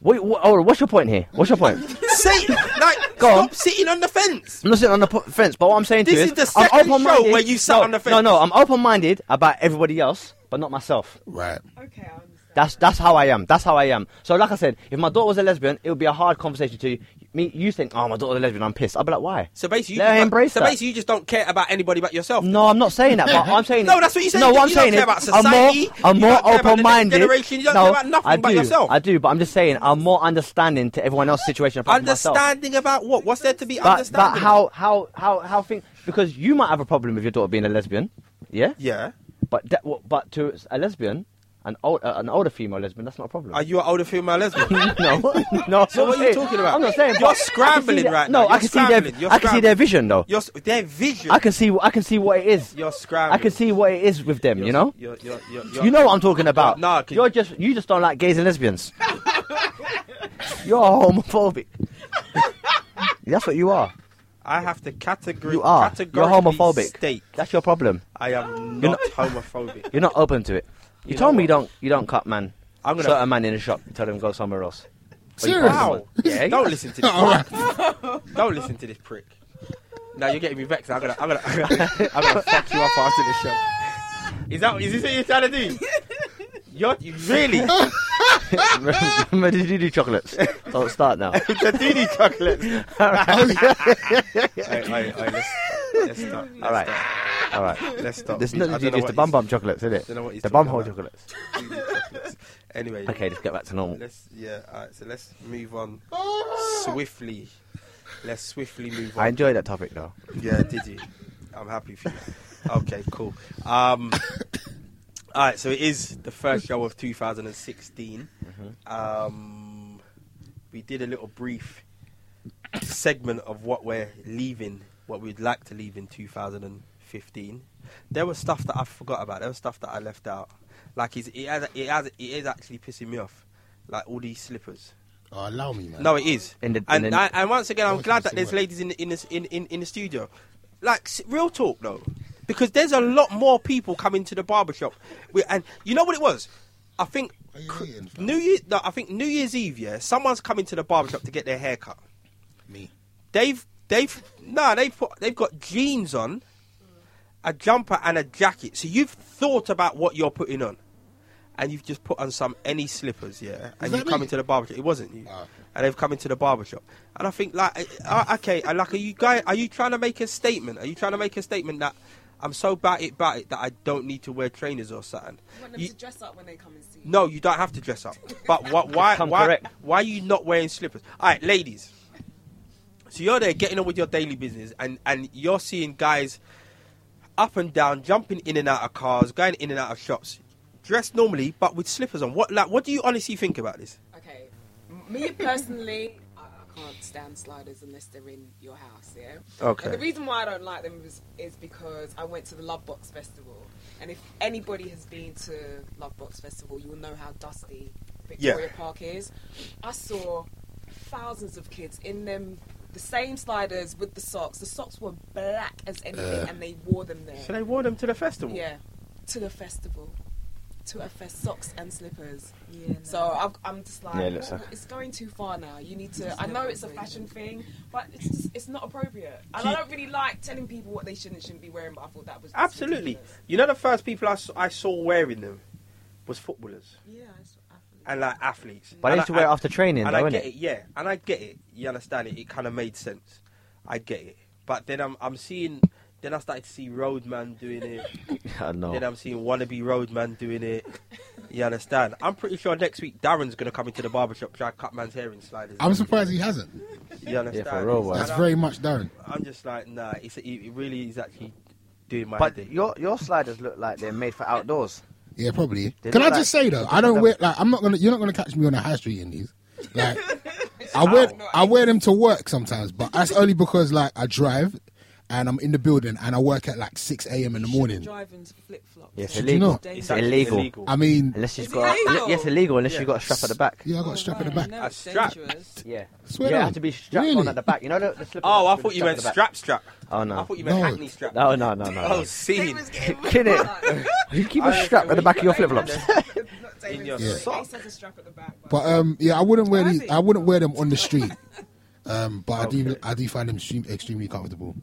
Wait, what, oh, what's your point here? What's your point? Say like Go stop on. sitting on the fence. I'm not sitting on the po- fence, but what I'm saying to This is you the I'm second show open-minded- where you sat no, on the fence. No, no, I'm open-minded about everybody else, but not myself. Right. Okay, I understand. That's that's how I am. That's how I am. So, like I said, if my daughter was a lesbian, it would be a hard conversation to you. me. You think, oh, my daughter's a lesbian, I'm pissed. I'd be like, why? So basically, you Let just her don't- embrace so that. basically you just don't care about anybody but yourself. No, I'm not saying that, but I'm saying No, that's what you said. No, You what I'm don't saying care is about society. I'm You don't care more, I'm more about the next open-minded. generation. You don't no, care about nothing I but do. yourself. I do, but I'm just saying I'm more understanding to everyone else's situation apart from myself. Understanding about what? What's there to be But, but understanding? how how how how things because you might have a problem with your daughter being a lesbian, yeah. Yeah. But that, w- but to a lesbian, an old, uh, an older female lesbian, that's not a problem. Are you an older female lesbian? no, no. So what are you talking about? I'm not saying You're but I can see scrambling their- right No, now. You're I can see their scrambling. You're I can see their vision though. Your, s- their vision. I can see I can see what it is. You're scrambling. I can see what it is with them. You're- You know. You're, you're, you're, you're, You know what I'm talking about. Nah, I can- you're just you just don't like gays and lesbians. you're homophobic. That's what you are. I have to categorize. You are. You're homophobic. State. That's your problem. I am You're not homophobic. You're not open to it. You, You told know me you what? don't you don't cut man. I'm gonna- certain man in the shop. You tell him go somewhere else. Or you Seriously? find someone. Wow. Yeah. Don't listen to this. All right. Don't listen to this prick. Now you're getting me vexed. I'm gonna, I'm gonna, I'm gonna, I'm gonna fuck you up after the show. Is that is this what you're trying to do? You're you really the Remember the do chocolates. Don't start now. doody chocolates. All Hey, hey, hey, let's, let's stop. Let's right. stop. All right. Let's stop. There's I nothing don't to do. know It's what the bum he's- bum chocolates, isn't it? Don't know what he's The bum talking hole about. chocolates. Anyway. Okay, let's get back to normal. Let's yeah. All right. So let's move on swiftly. Let's swiftly move on. I enjoy that topic though. Yeah, did you? I'm happy for you. Okay, cool. Um, all right, so it is the first show of 2016. Um, we did a little brief segment of what we're leaving, what we'd like to leave in 2015. There was stuff that I forgot about. There was stuff that I left out. Like it's, it, has, it, has, it is actually pissing me off. Like all these slippers. Oh, allow me, man. No, it is. In the- and, in the- I- and once again, Oh, I'm it's glad just that there's the word. ladies in the, in, this, in, in in the studio. Like s- real talk though, because there's a lot more people coming to the barbershop. We, and you know what it was? I think What are you cr- eating, fam? New Year. No, I think New Year's Eve. Yeah, someone's coming to the barbershop to get their hair cut. Me. They've they've no they've put, they've got jeans on, a jumper and a jacket. So you've thought about what you're putting on, and you've just put on some any slippers, yeah. And that you've come me? into the barbershop. It wasn't you. Ah, okay. And they've come into the barbershop. And I think like uh, uh, okay, uh, like are you guy? Are you trying to make a statement? Are you trying to make a statement that? I'm so bad it, bad it that I don't need to wear trainers or something. You want them You- to dress up when they come and see you. no, you don't have to dress up. But why? Why? come Why, correct. why are you not wearing slippers? All right, ladies. So you're there getting on with your daily business, and and you're seeing guys up and down, jumping in and out of cars, going in and out of shops, dressed normally but with slippers on. What like what do you honestly think about this? Okay. Me personally, I, I can't stand sliders unless they're in your house, yeah? And the Okay. reason why I don't like them is, is because I went to the Love Box Festival. And if anybody has been to Love Box Festival, you'll know how dusty Victoria Park is. I saw thousands of kids in them, the same sliders with the socks. The socks were black as anything, and they wore them there. So they wore them to the festival. Yeah, to the festival, to a fest, socks and slippers. Yeah. So I've, I'm just like, Yeah, it looks "Oh, like- it's going too far now. You need to. I know it's a fashion thing, but it's just, it's not appropriate. And I Keep- don't really like telling people what they should and shouldn't be wearing. But I thought that was just Absolutely. ridiculous. You know the first people I saw, I saw wearing them was footballers Yeah. It's, I feel- and like athletes. But I And used to wear it after training, and though, I innit? get it? yeah, and I get it. You understand it? It kind of made sense. I get it. But then I'm I'm seeing. Then I started to see Roadman doing it. I Then know. I'm seeing wannabe Roadman doing it. You understand? I'm pretty sure next week Darren's gonna come into the barbershop try to cut man's hair in sliders. I'm surprised he hasn't. You understand? Yeah, for real, And man. That's I'm- very much Darren. I'm just like, nah. It's it it really is actually doing my head But in. your your sliders look like they're made for outdoors. Yeah, probably. They Can I look just like- say though, they I don't look wear like- like I'm not gonna. You're not gonna catch me on a high street in these. Like, I wear I wear them to work sometimes, but that's only because like I drive and I'm in the building and I work at like 6 a.m. in the morning. Driving flip flops. Yes, Should you illegal. not? It's It's actually illegal. I mean, Unless you've Is it got illegal? yes, illegal. Unless Yeah. you've got a strap at the back. yeah, I got a strap in the back. No, A it's strap. dangerous. Yeah. Swear yeah, down. it had to be strapped Really? on at the back. You know the, the slippers Oh, I with the thought you meant at the back? strap strap. Oh I no. thought you meant No. acne strap. No, no, no, no. Oh, no. scene. Clean it. You keep a I- strap at the back of your flip flops. In your Yeah. sock. Ace has a strap at the back. But um, yeah, I wouldn't wear these. Ivy. I wouldn't wear them on the street. Um, but I do. Okay. I do find them extreme, extremely comfortable.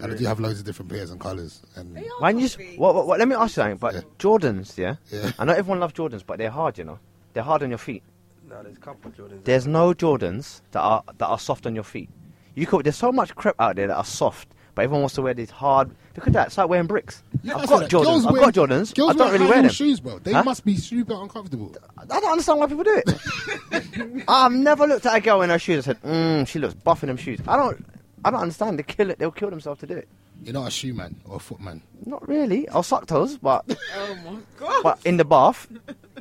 And I do have loads of different pairs and colors. And When you, s- what, what, what, let me ask you something. But Yeah. Jordans, yeah? Yeah. I know everyone loves Jordans, but they're hard, you know. They're hard on your feet. No, there's a couple of Jordans. There's no Jordans that are that are soft on your feet. You could, there's so much crap out there that are soft, but everyone wants to wear these hard. Look at that. It's like wearing bricks. Yeah, I've that's got it. Jordans. Girls I've wear- got Jordans. Girls I don't wear really high wear heel them. shoes, bro. They Huh? must be super uncomfortable. I don't understand why people do it. I've never looked at a girl in her shoes and said, mm, she looks buff in them shoes. I don't, I don't understand. They kill it. They'll kill themselves to do it. You're not a shoe man or a foot man. Not really. I'll suck toes, but Oh my god. but in the bath,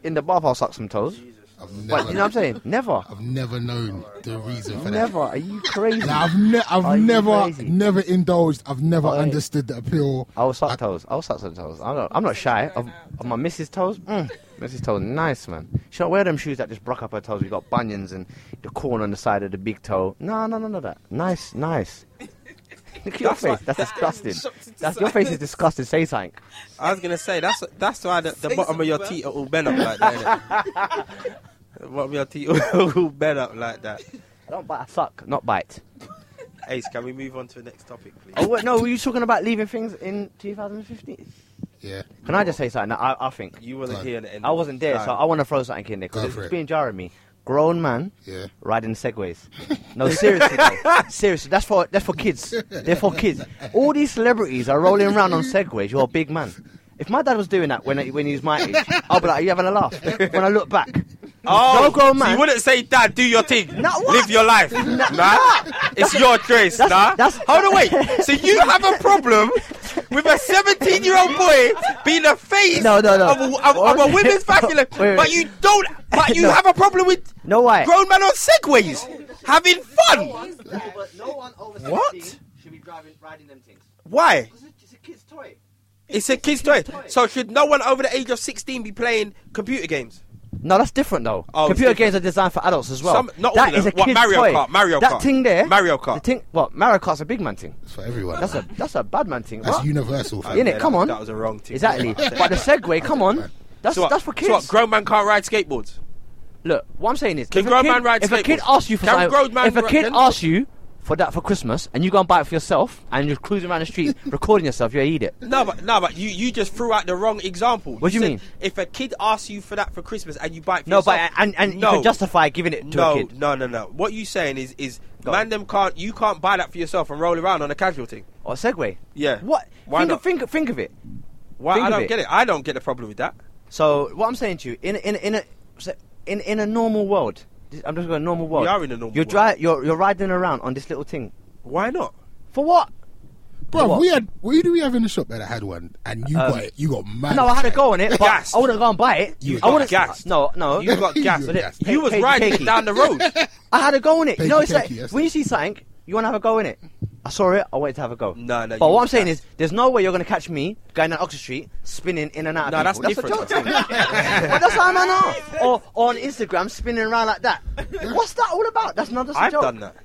in the bath, I'll suck some toes. I've But never, you know what I'm saying? Never, I've never known the reason for that. never. Are you crazy? Like, I've, ne- Are I've you never, crazy? never indulged. I've never Oi. understood the appeal. I'll suck toes. I'll suck some toes. I'm not, I'm not shy. Of, of my missus' toes, mm, missus' toes, nice man. She don't wear them shoes that just broke up her toes. We got bunions and the corn on the side of the big toe. No, no, no, no, that nice, nice. Look at your face. That's disgusting. That's your face is disgusting. Say something. I was gonna say that's that's why the, the bottom of your teeth are all bent up like that. innit? the bottom of your teeth are all bent up like that. I don't bite. I suck, not bite. Ace, can we move on to the next topic, Oh please? wait, no, were you talking about leaving things in 2015? Yeah, Can I just say something? I, I think You wasn't Go. here at the end. I wasn't there, so I want to throw something in there Go because for it's it. being Jeremy, grown man. yeah. riding segways. No, seriously, though. seriously, that's for that's for kids. They're for kids. All these celebrities are rolling around on segways. You're a big man. If my dad was doing that when when he was my age, I'll be like, "Are you having a laugh?" When I look back, Oh, no grown so man. you wouldn't say, Dad, do your thing. Nah, what? Live your life. nah, it's your choice. that's- nah. that's- Hold on, wait. So you have a problem with a 17 year old boy being the face No, no, no. of, a, of, of a women's fashion, Wait, wait. but you don't, but you No. have a problem with no why? grown man on segways having fun. no one over What? 16 should be driving riding them things Why? because it's a kid's toy. It's a kid's toy. So should no one over the age of 16 be playing computer games? No, that's different though. Oh, it's Computer different. games are designed for adults as well. Some- not all That of them. is a What, kid's Mario toy. Kart, Mario that Kart. thing there, Mario Kart. The thing, what? Mario Kart's a big man thing. It's for everyone. That's a that's a bad man thing. That's What? universal. fam. Innit? that come was- on. That was a wrong thing. Exactly. but the segue, come on. That's So what? that's for kids. So what, grown man can't ride skateboards? Look, what I'm saying is, Can if, a grown kid, man ride if a kid skateboards? asks you for Can grown something, man if a ri- kid can- asks you for that for Christmas and you go and buy it for yourself and you're cruising around the street recording yourself, you eat it. No, but no, but you, you just threw out the wrong example. What do you said mean? If a kid asks you for that for Christmas and you buy it for No, yourself, but and and no, you can justify giving it to no, a kid. no, no, no. What you saying is is Go man on. them can't you can't buy that for yourself and roll around on a casual thing. Or segue. Yeah. What? Why think, not? Of, think, of- think of it. Why Think I of don't it. get it. I don't get the problem with that. So what I'm saying to you, in in in a in in a normal world, I'm just going normal world. We are in a normal You're world. dri- You're you're riding around on this little thing Why not? for what? Bro, What? we had. Who do we have in the shop that had one? And Um, you got it. You got mad. No, I had a upset. go on it, but Gassed. I wouldn't go and buy it. You I got wouldn't. gassed. No, no. You got gas. You got you was gassed. riding Cakey. it down the road. I had a go in it. You know, it's Bakey, like cakey, yes. when you see something, you want to have a go in it. I saw it. I wanted to have a go. No, no, But you what I'm was saying gassed. is, there's no way you're gonna catch me going down Oxford Street, spinning in and out. No, of that's people. different. That's a joke. but that's how man are. Or, or on Instagram, spinning around like that. What's that all about? That's not. That's a I've joke. done that.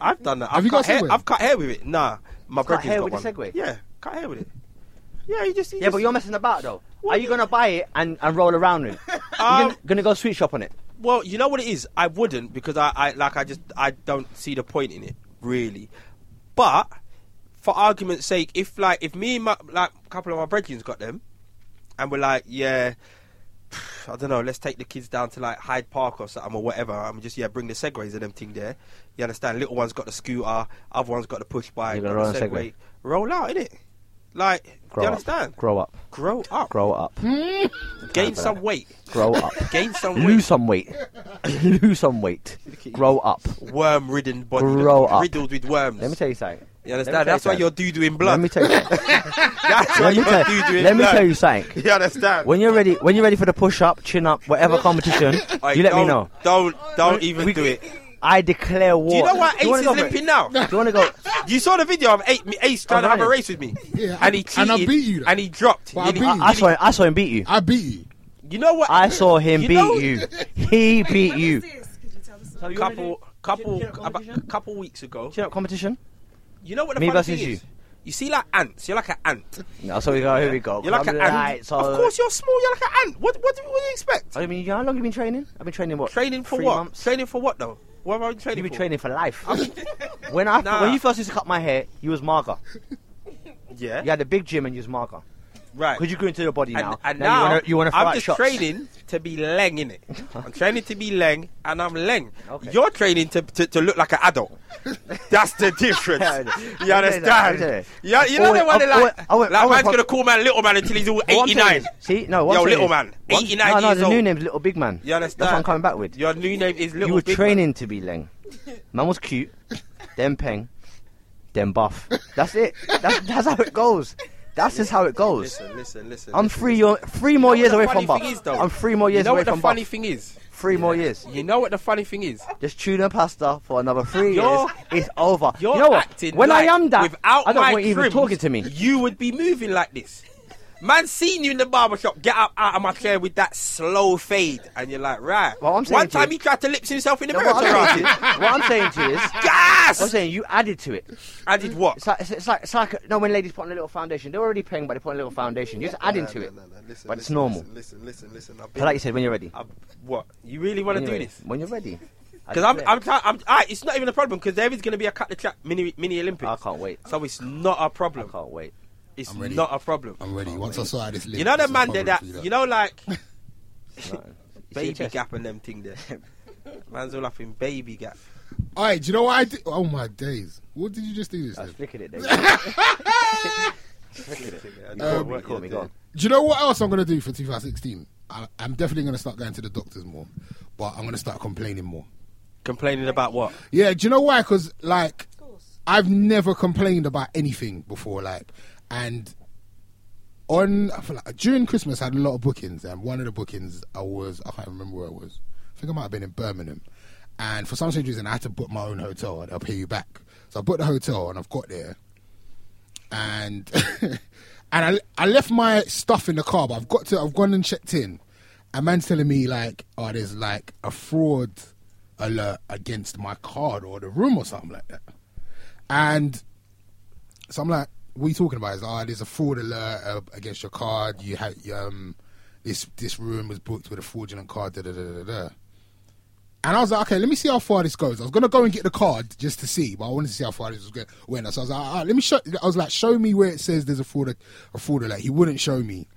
I've done that. I've you cut got a hair. Segway? I've cut hair with it. Nah, my Cut brother's hair got with a one. Segway? Yeah, cut hair with it. Yeah, you just. You Yeah, but you're messing about though. Are you gonna buy it and, and roll around in? it? You're gonna, gonna go sweet shop on it. Well, Um, you know what it is. I wouldn't because I, I like I just I don't see the point in it really. But for argument's sake, if like if me and my like a couple of my brethrens got them, and we're like, yeah, I don't know, let's take the kids down to like Hyde Park or something or whatever. I'm just yeah, bring the segways and them thing there. You understand? Little one's got the scooter, other one's got the push bike, You're gonna got the roll on Segway. segway. Roll out in it. Like, do Grow you up. understand? Grow up. Grow up, Grow up. gain some weight, Grow up. gain some weight. Lose some weight. Lose some weight. Grow up. worm-ridden body, Grow up. riddled with worms. Let me tell you something. You Let me understand? tell That's why you you're doo-dooing Let blood. me tell you. something. That's why Let me you're tell. doo-dooing Let me blood. tell you something. You understand? When you're ready, when you're ready for the push up, chin up, whatever competition, Oi, you let me don't- know. Don't don't even we- do it. I declare war. Do you know why wanna Ace is go for it? limping now? Do you want to go? You saw the video of Ace, Ace trying to have a right. race with me, Yeah, and he I- cheated, and I beat you though. and he dropped. But I Nearly- beat you. I saw him, I saw him beat you. I beat you. You know what? I saw him You beat know- you. He beat When you. was this? Could you tell us? So you wanna Couple, do couple, Chin up about, competition? couple weeks ago. Chin up competition? You know what the Me funny versus thing you. is? You see, like ants. You're like an ant. No, so we go. Here we go. You're like Come an on, ant. right, so- Of course, you're small. You're like an ant. What what do, what do you expect? I mean, you know how long you been training? I've been training what? Training for three what? Months? Training for what though? What am I You've training been for? training for life. when I Nah. when you first used to cut my hair, you was mager. Yeah. You had a big gym and you was mager. Right. Because you grew into your body and, now. and you now, wanna- you want to I'm just training to be leng in it. I'm training to be leng, and I'm leng. Okay. You're training to, to, to look like an adult. That's the difference. Yeah, you I know. I know that, I know understand? that. Yeah, you know Always- the one that I've like, always- I went- like I went man's from- gonna call man little man until he's all 89. See, no, what Yo, I'm saying little is- man, what- 89 No, no, years the new old. name's Little Big Man. You understand? That's what I'm coming back with. Your new name is Little you were Big Man. training to be Leng. Man was cute, then Peng, then Buff. That's it. That's, that's how it goes. That's just how it goes. Listen, listen, listen. I'm listen. three, year, three more You know years what the funny away from Buff. thing is, though? I'm three more years You know away what the from funny Buff. thing is? Three more years. You know what the funny thing is? Just tuna pasta for another three You're- years. It's over. You're you know what? acting When like I am that, without I don't my want you even trims, talking to me. You would be moving like this. Man, seen you in the barber shop, get up out of my chair with that slow fade, and you're like, right. Well, I'm saying One to time you- he tried to lips himself in the No, mirror. what, I'm saying to you, what I'm saying to you is, I'm Gas! saying you added to it. I did what? It's like, it's, it's like, it's like, no, when ladies put on a little foundation, they're already paying, but they put on a little foundation. You're just adding to it. Listen, But it's listen, normal. Listen, listen, listen, listen. But like you said, when you're ready. what? You really want to When do you're ready. this? When you're ready. I Because I'm, declare. I'm, try- I'm, I, it's not even a problem. Because there is going to be a cut the trap mini, mini Olympics. I can't wait. So it's not a I problem. can't wait. It's I'm ready. not a problem. I'm ready. Once I saw how this link, Oh, You know the it's a man did that. problem for You know, like No. You see your baby chest? gap and them thing there. Man's all up in baby gap. All right. Do you know what I did? Oh my days! What did you just do this? I was Then? flicking it there. Um, You caught me, go on. Do you know what else I'm gonna do for 2016? I, I'm definitely gonna start going to the doctors more, but I'm gonna start complaining more. Complaining about what? Yeah, do you know why? Because like, course. I've never complained about anything before. Like, and on I feel like, during Christmas, I had a lot of bookings, and one of the bookings I was I can't remember where it was. I think I might have been in Birmingham, and for some strange reason, I had to book my own hotel, and they'll pay you back. So I booked the hotel, and I've got there, and and I I left my stuff in the car, but I've got to I've gone and checked in. A man's telling me like, oh, there's like a fraud alert against my card or the room or something like that. And so I'm like, what are you talking about? He's like, oh, there's a fraud alert uh, against your card. You had um, this this room was booked with a fraudulent card. Da da da da da. And I was like, okay, let me see how far this goes. I was gonna go and get the card just to see, but I wanted to see how far this was going. Went so I was like, all right, let me show. I was like, show me where it says there's a fraud, a fraud alert. He wouldn't show me.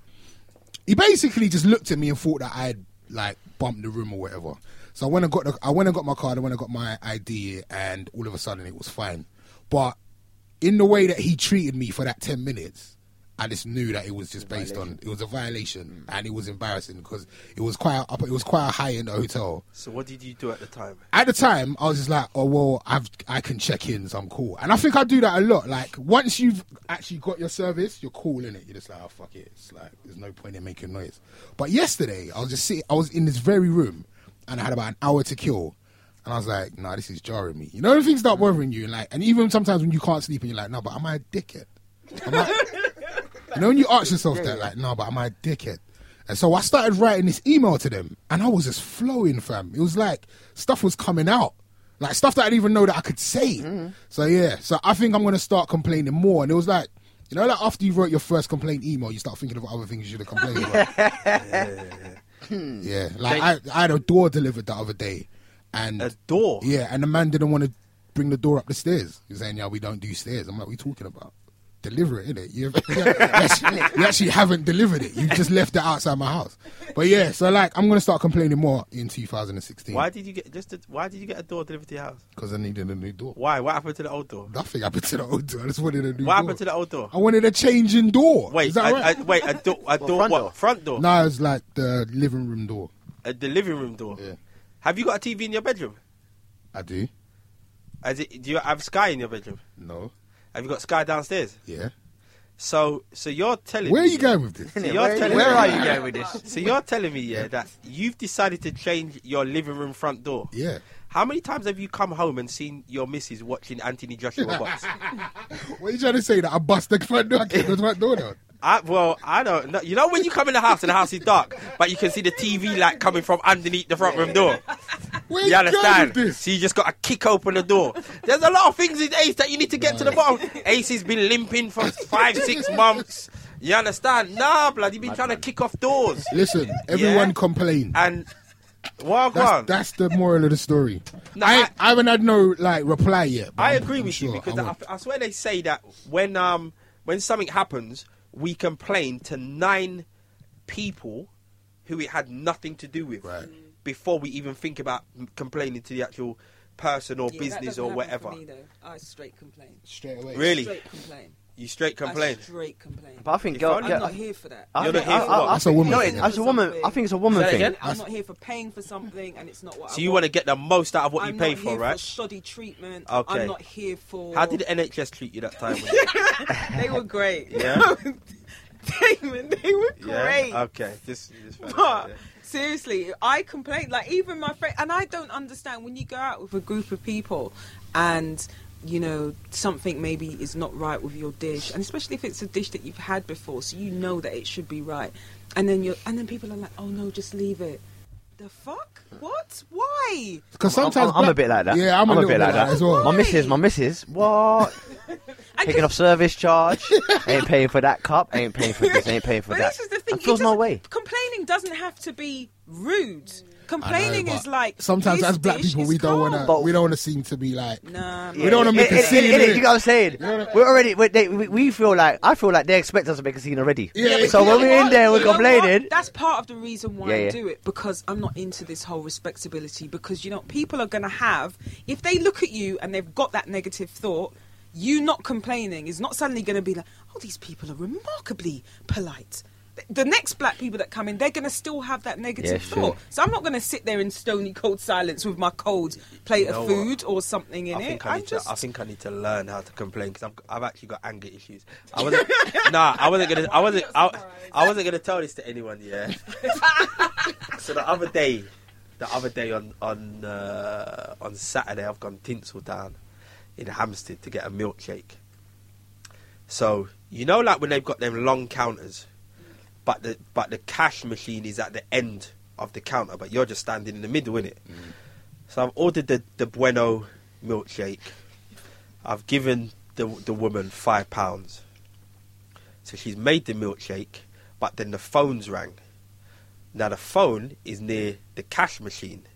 He basically just looked at me and thought that I had like bumped the room or whatever. So I went and got the, I went and got my card. I went and got my ID, and all of a sudden it was fine. But in the way that he treated me for that ten minutes, I just knew that it was just based on it was a violation and it was embarrassing because it was quite up it was quite a high end hotel. So what did you do at the time? At the time, I was just like, oh well, I've I can check in, so I'm cool. And I think I do that a lot. Like once you've actually got your service, you're cool in it. You're just like, oh fuck it, it's like there's no point in making noise. But yesterday, I was just sitting, I was in this very room, and I had about an hour to kill. And I was like, nah, this is jarring me. You know, when things start bothering you, and like, and even sometimes when you can't sleep, and you're like, no, but am I a dickhead? Am I, you know, when you ask yourself that, like, no, but am I a dickhead? And so I started writing this email to them, and I was just flowing, fam. It was like stuff was coming out, like stuff that I didn't even know that I could say. So yeah, so I think I'm gonna start complaining more. And it was like, you know, like after you wrote your first complaint email, you start thinking of other things you should have complained about. yeah, like I, I had a door delivered the other day, and A door. yeah, and the man didn't want to bring the door up the stairs. He was saying, "Yeah, we don't do stairs." I'm like, "We talking about deliver it, innit? You, you, actually, you actually haven't delivered it. You just left it outside my house." But yeah, so like, I'm gonna start complaining more in 2016 Why did you get just? A, why did you get a door delivered to your house? because I needed a new door. Why? What happened to the old door? Nothing happened to the old door. I just wanted a new door. What happened to the old door? I wanted a changing door. Wait, is that a, right? a, wait, a door, a door, front what? door. Front door, no, it's like the living room door. uh, the living room door. Yeah, Have you got a TV in your bedroom? I do. As it, do you have Sky in your bedroom? No. Have you got Sky downstairs? Yeah. So, so you're telling Where are me, you going with this? So Innit? you're Where, telling where me- are you going with this? So you're telling me, yeah, that you've decided to change your living room front door. Yeah. How many times have you come home and seen your missus watching Anthony Joshua box? What are you trying to say? That I bust the front door? I kicked the front door down. I, well, I don't know. You know when you come in the house and the house is dark, but you can see the TV light coming from underneath the front room door. Where You are you going understand? with this? So you just got to kick open the door. There's a lot of things in Ace that you need to get to the bottom. Ace has been limping for five, six months. You understand? Nah, blood, you've been trying to kick off doors. Listen, everyone Yeah. complain. And walk on. That's, that's the moral of the story. No, I, I- I, haven't had no like reply yet. but I I'm- agree I'm with sure you because I I, won't. I swear they say that when um when something happens, we complain to nine people who it had nothing to do with Right. before we even think about m- complaining to the actual person or Yeah, that business doesn't or happen whatever. For me, though. I straight complain. straight away. Really? Straight complain. You straight Complain. complain. I straight complain. But I think If girl, I'm I'm yeah, not here for that. I You're think- not here I- for I- what? I That's think- a woman No, thing. it, as a woman, I think it's a woman Say that thing. again? I'm not here for paying for something, and it's not what I So you want to get the most out of what I'm you pay not for, here right? For shoddy treatment. Okay. I'm not here for. How did the NHS treat you that time? They were great. Yeah? Damon, they were yeah. great. Okay. This. this But seriously, I complain. Like even my friend, and I don't understand when you go out with a group of people, and you know something maybe is not right with your dish, and especially if it's a dish that you've had before, so you know that it should be right, and then you're, and then people are like, oh no, just leave it. The fuck? What? Why? Because I'm, sometimes I'm- I'm a black- bit like that. Yeah, I'm, a little bit like that as well. My missus, my missus, what? And Picking off service charge, ain't paying for that cup, ain't paying for this, ain't paying for But that. this is the thing. It feels it my doesn't- way. Complaining doesn't have to be rude. I know, Complaining but is like sometimes this as black dish people is we don't want cold. to we don't want to seem to be like Nah, we don't want to make It- a it- scene. it- it- innit? You know what I'm saying? We're already. We're, they, we, we feel like I feel like they expect us to make a scene already. Yeah, so you Oh, when know we're in what? there, we're You know what? complaining. That's part of the reason why Yeah, yeah. I do it because I'm not into this whole respectability. Because you know, people are going to have if they look at you and they've got that negative thought. You not complaining is not suddenly going to be like, oh, these people are remarkably polite. Th- The next black people that come in, they're going to still have that negative Yeah, sure. thought. So I'm not going to sit there in stony cold silence with my cold plate You know of what? food or something in I it. think I, I'm need just, to, I think I need to learn how to complain because I've, I've actually got anger issues. I wasn't. nah, I wasn't gonna. I wasn't. I, I wasn't gonna tell this to anyone. Yeah. so the other day, the other day on on uh, on Saturday, I've gone Tinsel down in Hampstead to get a milkshake. So you know, like when they've got them long counters, but the but the cash machine is at the end of the counter, but you're just standing in the middle, innit? So I've ordered the, the Bueno milkshake. I've given the the woman five pounds. So she's made the milkshake, but then the phone's rang. Now the phone is near the cash machine.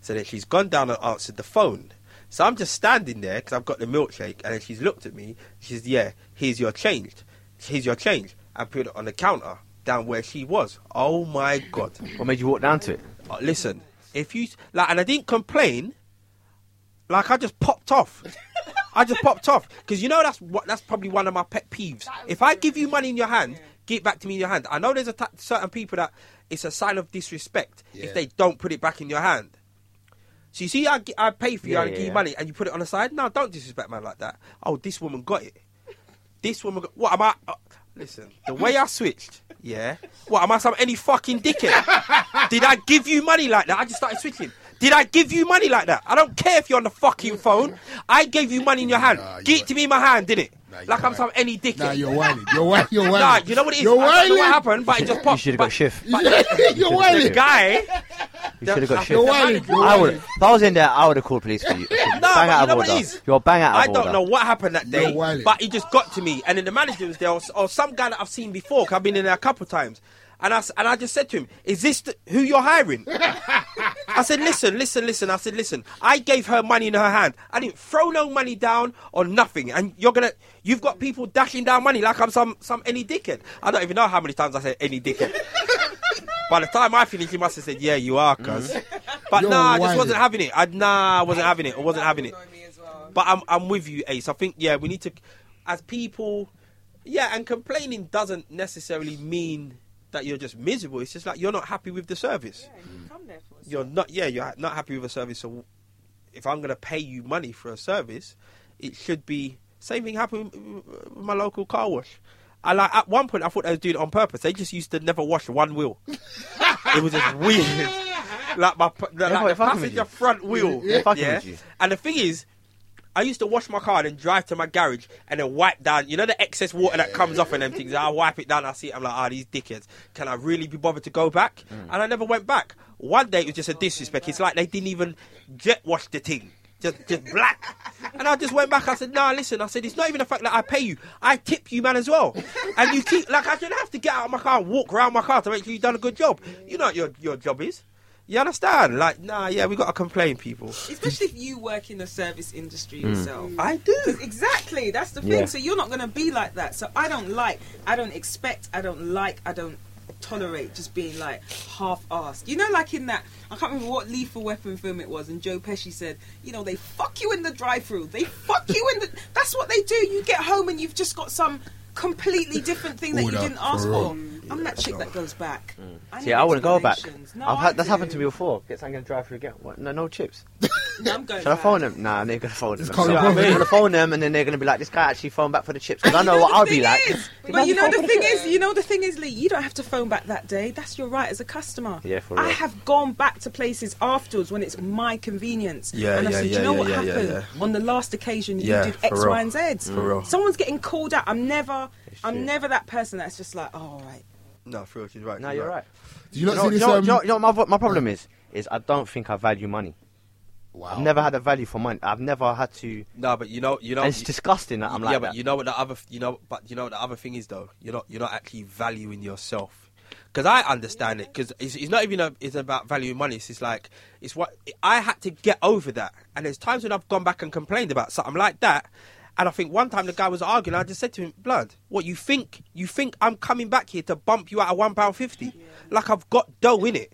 So then she's gone down and answered the phone. So I'm just standing there because I've got the milkshake, and then she's looked at me. She says, "Yeah, here's your change. Here's your change." I put it on the counter down where she was. Oh my god! What made you walk down to it? Uh, listen, if you like, and I didn't complain. Like I just popped off. I just popped off because you know that's what that's probably one of my pet peeves. If I give you money in your hand, give it back to me in your hand. I know there's a t- certain people that it's a sign of disrespect Yeah. if they don't put it back in your hand. So you see, I, gi- I pay for you, Yeah, I yeah, give you yeah. money, and you put it on the side. No, don't disrespect man like that. Oh, this woman got it. This woman got what am I? Uh, listen, the way I switched, yeah. What am I? Some any fucking dickhead? Did I give you money like that? I just started switching. Did I give you money like that? I don't care if you're on the fucking phone. I gave you money in your hand. Nah, you Give it to me in my hand, did it? Nah, you like I'm right. some any dickhead. Nah, you're whining. You're whining. You're whining. Nah, you know what it is? You're I don't know whining. what happened, but it just You popped. should have but got shift. you're The whining. guy. You should have got You're shift. whining. You're I would. whining. If I was in there, I would have called police for you. You're No, bang but out you of know what order. it is? You're bang out of I order. don't know what happened that day, You're wilding. but he just got to me, and then the manager was there, or, or some guy that I've seen before. 'cause I've been in there a couple of times, and I s- and I just said to him, "Is this the, who you're hiring?" I said, "Listen, listen, listen." I said, "Listen, I gave her money in her hand. I didn't throw no money down or nothing, and you're gonna, you've got people dashing down money like I'm some some any dickhead. I don't even know how many times I said any dickhead." By the time I finished, he must have said, "Yeah, you are, because Mm-hmm. But You're nah, I just wilding. wasn't having it. I, nah, I wasn't having it. I wasn't having it. Annoy me as well. But I'm I'm with you, Ace. I think yeah, we need to, as people, yeah, and complaining doesn't necessarily mean that you're just miserable. It's just like you're not happy with the service. Yeah, you come there for us. You're not yeah, you're not happy with a service. So if I'm gonna pay you money for a service, it should be same thing happened with my local car wash. I like at one point I thought they was doing it on purpose. They just used to never wash one wheel. it was just weird. Like my p- the, like the fuck- fucking with passenger you. front wheel. They're fucking with you. And the thing is, I used to wash my car and then drive to my garage and then wipe down. You know the excess water that comes off and them things. I wipe it down. I see it. I'm like, ah, these dickheads. Can I really be bothered to go back? And I never went back. One day it was just a disrespect. It's like they didn't even jet wash the thing. Just, just black. And I just went back. I said, nah, listen. I said, it's not even the fact that I pay you. I tip you, man, as well. And you keep like I should have to get out of my car and walk around my car to make sure you've done a good job. You know what your your job is. You understand? Like, nah, yeah, we got to complain, people. Especially if you work in the service industry Hmm. yourself. I do. 'Cause exactly, that's the thing. Yeah. So you're not going to be like that. So I don't like, I don't expect, I don't like, I don't tolerate just being like half-assed. You know, like in that, I can't remember what Lethal Weapon film it was, and Joe Pesci said, you know, they fuck you in the drive-through, they fuck you in the. That's what they do. You get home and you've just got some completely different thing that you Order didn't ask for all. for. I'm that chick that goes back. I Mm. See, need I wouldn't go back. explanations. No, I've I had that's happened do. to me before. Get something to drive through again. What? No, no chips. No, I'm going Should I back. phone them? Nah, I'm not gonna phone them. called So a I'm brother. gonna phone them, and then they're gonna be like, "This guy actually phoned back for the chips." Because I know You what the I'll be thing like. is- But you know the thing is, you know the thing is, Lee. You don't have to phone back that day. That's your right as a customer. Yeah, for I real. have gone back to places afterwards when it's my convenience. Yeah, and I yeah, said, yeah, you know yeah, what yeah, yeah, happened yeah. on the last occasion? Yeah, you did for X, real. Y, and Z. For real. Someone's getting called out. I'm never, shit. I'm never that person that's just like, oh, all right. No, for real, she's right. No, she's you're right. Do you You not know, see you this? know, you Um, know, you know what my, my problem is is I don't think I value money. wow. I've never had a value for money. I've never had to. No, but you know, you know, and it's you- disgusting that I'm like yeah, that. but you know what the other, you know, but you know what the other thing is though. You're not, you're not actually valuing yourself. Because I understand it. Because it's, it's not even a, it's about valuing money. It's just like it's what I had to get over that. And there's times when I've gone back and complained about something like that. And I think one time the guy was arguing. I just said to him, "Blood, what you think? You think I'm coming back here to bump you out of one pound fifty? Like I've got dough in it."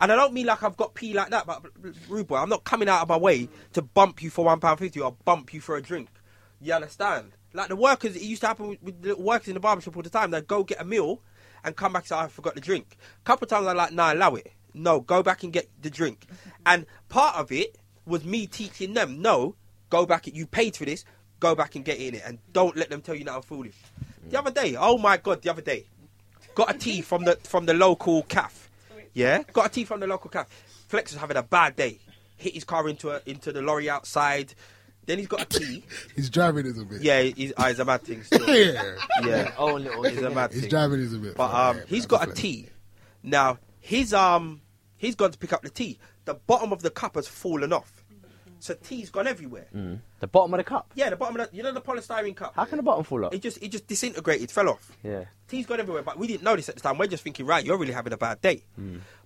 And I don't mean like I've got pee like that, but rude boy, I'm not coming out of my way to bump you for one pound fifty or bump you for a drink. You understand? Like the workers, it used to happen with, with the workers in the barbershop all the time. They'd go get a meal and come back and say, I forgot the drink. couple of times I'm like, nah, allow it. No, go back and get the drink. And part of it was me teaching them, no, go back, you paid for this, go back and get in it. And don't let them tell you that I'm foolish. The other day, oh my God, the other day, got a tea from the from the local calf. Yeah, got a tea from the local calf. Flex was having a bad day. Hit his car into a, into the lorry outside. Then he's got a tea. His driving is a bit. Yeah, he's, oh, he's a bad thing. Still. Yeah. Yeah, oh, little. he's a bad His thing. driving is a bit. But um, he's got a tea. Now his um, he's gone to pick up the tea. The bottom of the cup has fallen off, so tea's gone everywhere. Mm. The bottom of the cup. Yeah, the bottom of the, you know the polystyrene cup. How can the bottom fall off? It just it just disintegrated, fell off. Yeah. Tea's gone everywhere, but we didn't know this at the time. We're just thinking, right, you're really having a bad day.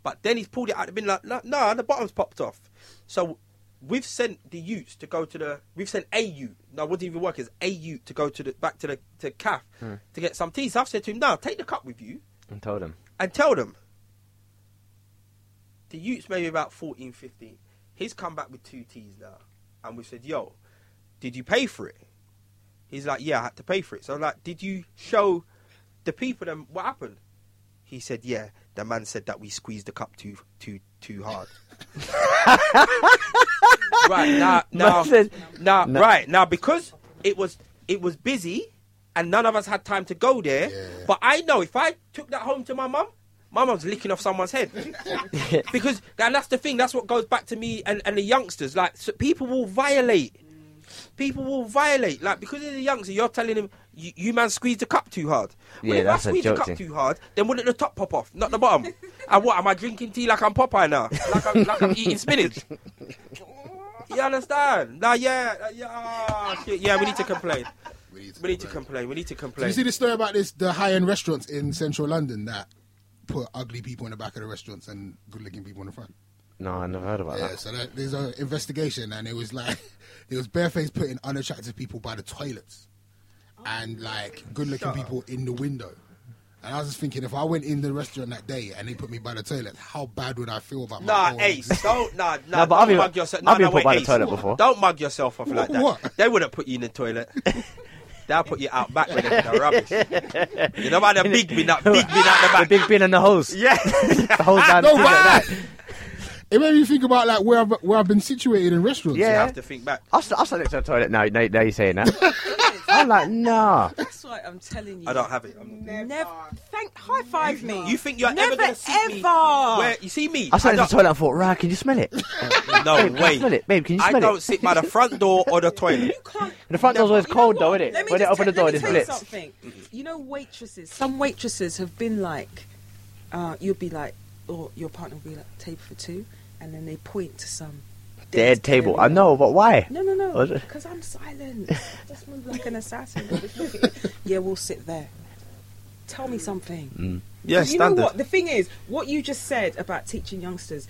But then he's pulled it out and been like, no, no, the bottom's popped off. So we've sent the youths to go to the, we've sent a youth, no, what even work is a youth to go to the back to the to calf to get some tea. So I've said to him, no, take the cup with you And told him. and tell them. The youth's maybe about 14, 15. He's come back with two teas now. And we said, yo, did you pay for it? He's like, yeah, I had to pay for it. So I'm like, did you show the people them what happened? He said, yeah. The man said that we squeezed the cup too too too hard. right now, now, said- now, No. right now, because it was it was busy, and none of us had time to go there. Yeah. But I know if I took that home to my mum, my mum's licking off someone's head. because and that's the thing. That's what goes back to me and, and the youngsters. Like so people will violate. People will violate. Like because of the youngster, you're telling him you, you man squeezed the cup too hard. Yeah, if that's I a squeeze the joke cup thing. too hard, then wouldn't the top pop off, not the bottom? and what am I drinking tea like I'm Popeye now? Like I'm, like I'm eating spinach. You understand? Nah, yeah, uh, yeah, ah, shit, yeah. We need to complain. We need to complain. We need to Did complain. you see the story about this? The high-end restaurants in central London that put ugly people in the back of the restaurants and good-looking people in the front. No, I never heard about Yeah, so that, there's an investigation, and it was like it was bareface putting unattractive people by the toilets, and like good-looking people in the window. And I was just thinking, if I went in the restaurant that day and they put me by the toilet, how bad would I feel about my Nah, own Ace, existence? don't nah, nah, Oh. Nah, but don't I've been- mug yourself. I've Nah, been nah, put wait, by the Ace, toilet before. Don't mug yourself off like that. What? They wouldn't put you in the toilet. They'll put you out back with the rubbish. You know about the big bin, that big bin The out the back. big bin and the hose. Yeah, The hose down the No, bin like why? that. It made me think about like where I've where I've been situated in restaurants. you Yeah. have to think back. I'll st- I'll stand next to the toilet now. Now, now you're saying that. I'm like, nah. That's why I'm telling you. I don't have it. I'm- Never. Thank. High five me. You think you're Never, ever gonna see me? ever. Where you see me? Ah. I sat next to don't- the toilet and thought, right, can you smell it? No Can you way. smell it? Babe, can you I smell don't it? sit by the front door or the toilet. The front door's always You know cold what? though, isn't Let it? me When they just open the tell- door, let it Mm-hmm. me tell you splits. something. You know, waitresses. Some waitresses have been like, uh, you'll be like, or your partner will be like, table for two, and then they point to some Dead table. I know, but why? No, no, no. Was it? Because I'm silent. Just move like an assassin. yeah, we'll sit there. Tell me something. Yeah, you know what? The thing is, what you just said about teaching youngsters.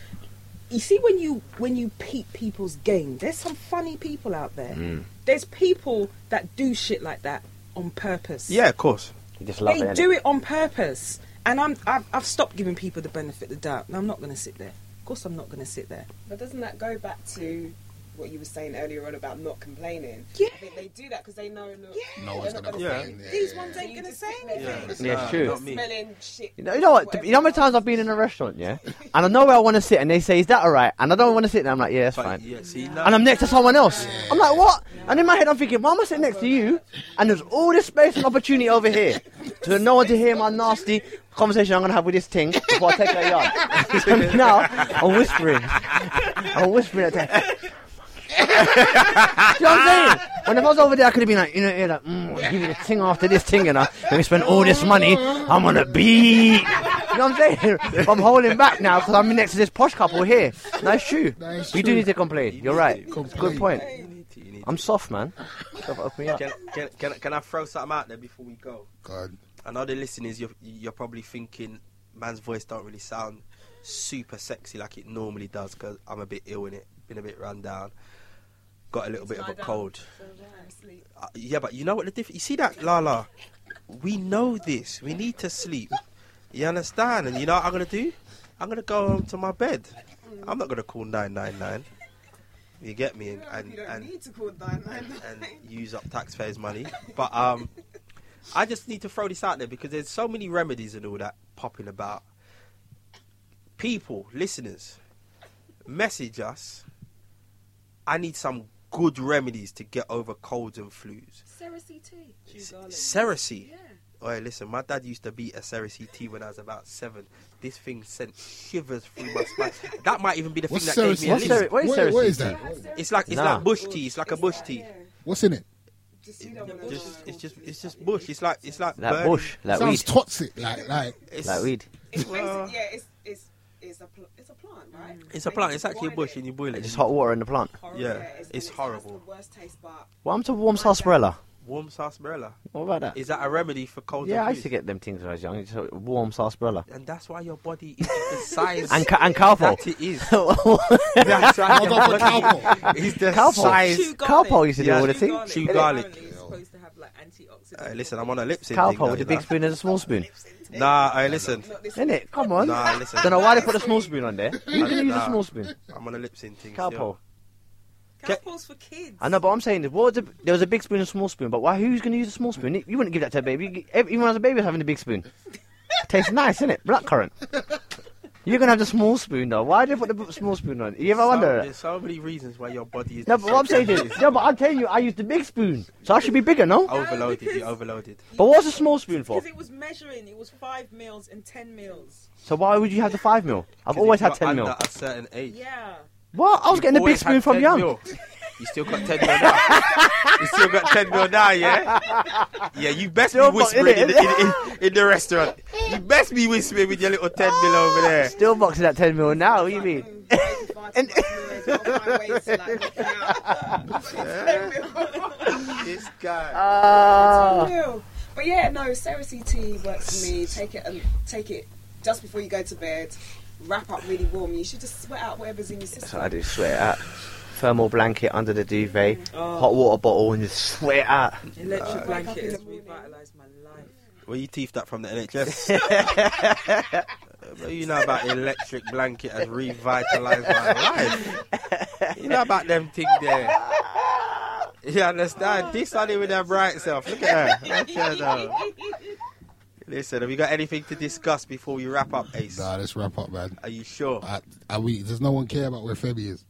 You see, when you when you peep people's game, there's some funny people out there. Hmm. There's people that do shit like that on purpose. Yeah, of course. You just love they it. do it on purpose. And I'm I've, I've stopped giving people the benefit of the doubt. And I'm not going to sit there. Of course, I'm not going to sit there. But doesn't that go back to what you were saying earlier on about not complaining? Yeah. I think they do that because they know. Look, Yeah. No one's they're not gonna gonna Yeah. say complain. anything. These ones ain't You gonna just say sit there anything. saying, Yeah, it's Nah, true. Not me. Smelling shit. You know, you know what? to- whatever You know how many else. times I've been in a restaurant, yeah, and I know where I want to sit, and they say, "Is that all right?" And I don't want to sit, and I'm like, "Yeah, that's But fine." yeah, see, no. And I'm next to someone else. I'm like, "What?" And in my head, I'm thinking, "Why am I sitting next to you?" And there's all this space and opportunity over here, so no one to hear my nasty conversation I'm gonna have with this thing before I take her yard. So now I'm whispering. I'm whispering at that. Do you know what I'm saying? When if I was over there, I could have been like, you know, you're like, mm, I'll give you the ting after this ting, and I let me spend all this money. I'm gonna be. You know what I'm saying? But I'm holding back now because I'm next to this posh couple here. Nice shoe. That is You true. do need to complain. You're right. Good Complain. point. You need to, you need to. I'm soft, man. Stuff up me up. Can, can, can, I- can I throw something out there before we go? God. I know the listeners, you're, you're probably thinking, man's voice don't really sound super sexy like it normally does because I'm a bit ill in it, been a bit run down, got a little bit of a cold. Uh, yeah, but you know what the difference? You see that, Lala? We know this. We need to sleep. You understand? And you know what I'm gonna do? I'm gonna go home to my bed. I'm not gonna call nine nine nine. You get me? And and, You don't and need to call nine nine nine. and use up taxpayers' money. But um, I just need to throw this out there because there's so many remedies and all that popping about. People, listeners, message us. I need some good remedies to get over colds and flus. Seriously, tea. Cersei. Oi, listen, my dad used to beat a Cersei tea when I was about seven. This thing sent shivers through my spine. That might even be the What's thing that Ceres? gave me a What's list. Ceres? what is Ceres what is tea? that? It's like it's Nah. like bush tea. It's like a bush tea. What's in it? Just, you don't wanna Just, know. it's just it's just bush. It's like it's like That burning- bush, that Sounds weed, toxic. Like like It's, that weed. It's basic, Well- yeah, it's it's it's a pl- it's a plant, right? It's a plant. It's actually a bush, and you boil it. It's just hot water in the plant. yeah, and it's it has horrible. the worst taste, but Well, I'm to warm sarsaparilla. Warm sarsaparilla. What about that? Is that a remedy for cold? Yeah, I used to get them things when I was young. Just a warm sarsaparilla. And that's why your body is the size And, ca- and cowpole. that it is. cowpole That's right. I'll go for cowpole. It's the Cowpole. size. Chew Cowpole used to do Yeah, all the chew thing. garlic. Chew garlic. Apparently it's supposed to have like antioxidants. Uh, listen, I'm on a lipstick. Cowpole with a big spoon and a small spoon. Nah, hey, listen. Isn't it? Come on. Nah, listen. Don't know why they put a small spoon on there. Why did they use a Nah. small spoon? I'm on a lipsing thing. Cowpole. still. That's balls for kids. I know, but I'm saying this. What was the, there was a big spoon and a small spoon, but why? Who's going to use a small spoon? You wouldn't give that to a baby. You- ev- Even as a baby, was having a big spoon. Tastes nice, isn't it? Blackcurrant. You're going to have the small spoon, though. Why did they put the small spoon on? You ever wonder? There's so many reasons why your body is No, but what I'm saying is, no, but I'm telling you, I used the big spoon, so I should be bigger, no? overloaded. because- You overloaded. But what's a small spoon for? Because it was measuring, it was five mils and ten mils. So why would you have the five mil? 'Cause I've if always had you're ten mil. Under a certain age. Yeah. What? I was getting the big Always spoon had from 10 young. mil. You still got 10 mil now. you still got 10 mil now, yeah? Yeah, you best Still be got whispering in in, it. the- in, in, in the restaurant. You best be whispering with your little 10 mil over there. Still boxing at ten mil now. What do you mean? Mm, and This guy. Uh, Ah. but yeah, no, seriously, tea works for me. Take it and take it just before you go to bed. Wrap up really warm. You should just sweat out whatever's in your So system. I do sweat it out. Thermal blanket under the duvet, Oh. hot water bottle, and just sweat it out. Electric Wake up blanket in the has morning. revitalised my life. Well, you teethed that from the NHS. But Uh, you know about electric blanket has revitalized my life. You know about them thing there. You understand? This honey with her bright self. Look at her. Look at her. Listen, have you got anything to discuss before we wrap up, Ace? Nah, let's wrap up, man. Are you sure? I, I, we, does no one care about where Febby is?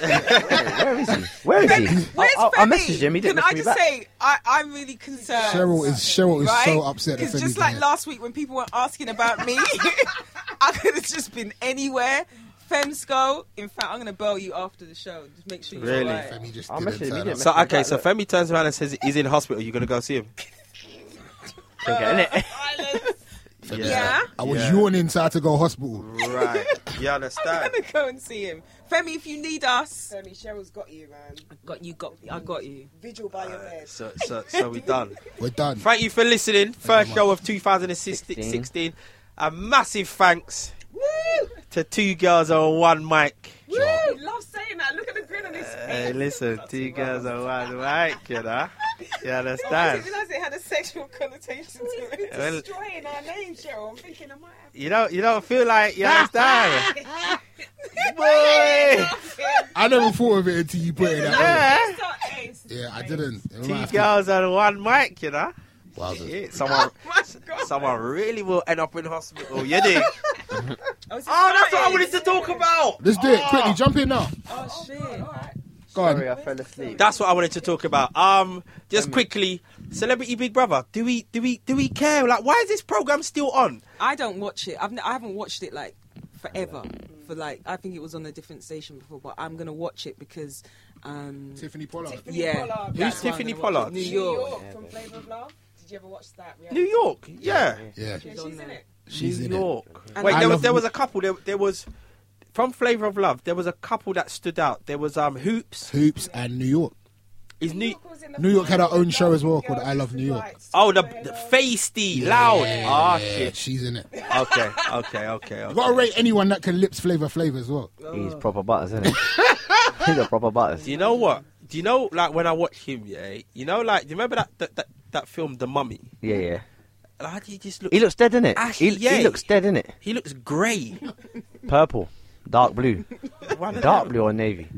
Where is he? Where is he? Where's I, I, I Femi? messaged him. He didn't Can I message me just back. say, I, I'm really concerned. Cheryl is Cheryl is right? so upset that Because Febby's just like here. last week when people were asking about me, I could have just been anywhere. Femsco. In fact, I'm going to bail you after the show. Just make sure you're Really? alright. Femi just I didn't messaged him, he turn up. didn't So Message okay, back, so look. Femi turns around and says he's in hospital. You gonna go see him? Okay, innit? Yeah. I was Yeah. yawning inside to go hospital. Right. You I'm understand? going to go and see him. Femi, if you need us, Tony, Cheryl's got you, man. Got you, got I got you. Vigil by your bed. So so so we done. We're done. Thank you for listening. First you show of 2016. A massive thanks to two girls on one mic. Woo! Love saying that. Look at the grin on his face. Hey, Uh, listen, two girls on one mic, you know? You I understand? didn't realise it had a sexual connotation to it. Well, Destroying our name, Cheryl. I'm thinking I might have you don't you don't feel like you understand. Boy, I never thought of it until you put it out. yeah. So, Ace. Yeah, I didn't. It might two have to- girls on one mic, you know. Wowzers. Shit, someone My God. someone really will end up in hospital. You dig? Oh, is this Oh, that's what I starting? wanted to talk about. Let's do Ah. it quickly. Jump in now. Oh, shit. Go on. Sorry, I fell asleep. That's what I wanted to talk about. Um, just quickly, Celebrity Big Brother. Do we do we do we care? Like, why is this program still on? I don't watch it. I've n- I haven't watched it like forever. For like, I think it was on a different station before, but I'm gonna watch it because, um, Tiffany Pollard. yeah. that's Pollard. Who's why I'm Tiffany gonna watch it. Pollard? New New York. York from Flavor of Love. Did you ever watch that? Yeah. New York, yeah, Yeah. Yeah, She's she's on in it. She's New in it. York. And Wait, I there was love- there was a couple. There, there was from Flavor of Love. There was a couple that stood out. There was um Hoops. Hoops and New York. Is New new? York was in the New York had her final own with show as Love well called Girls I Love New York. Rights. Oh, the, Hello. the feisty, loud. Ah, Yeah, shit. She's in it. Okay, okay, okay. You okay. gotta rate anyone that can lips flavor flavor as well. Oh. He's proper butters, isn't he? He's a proper butters. Do you know what? Do you know like when I watch him? Yeah, you know like do you remember that that that, that film, The Mummy? Yeah, yeah. Like he just looks. He looks dead, innit? Ash, He, yeah. he looks dead, innit? He looks grey. Purple, dark blue, One of dark them. blue or navy.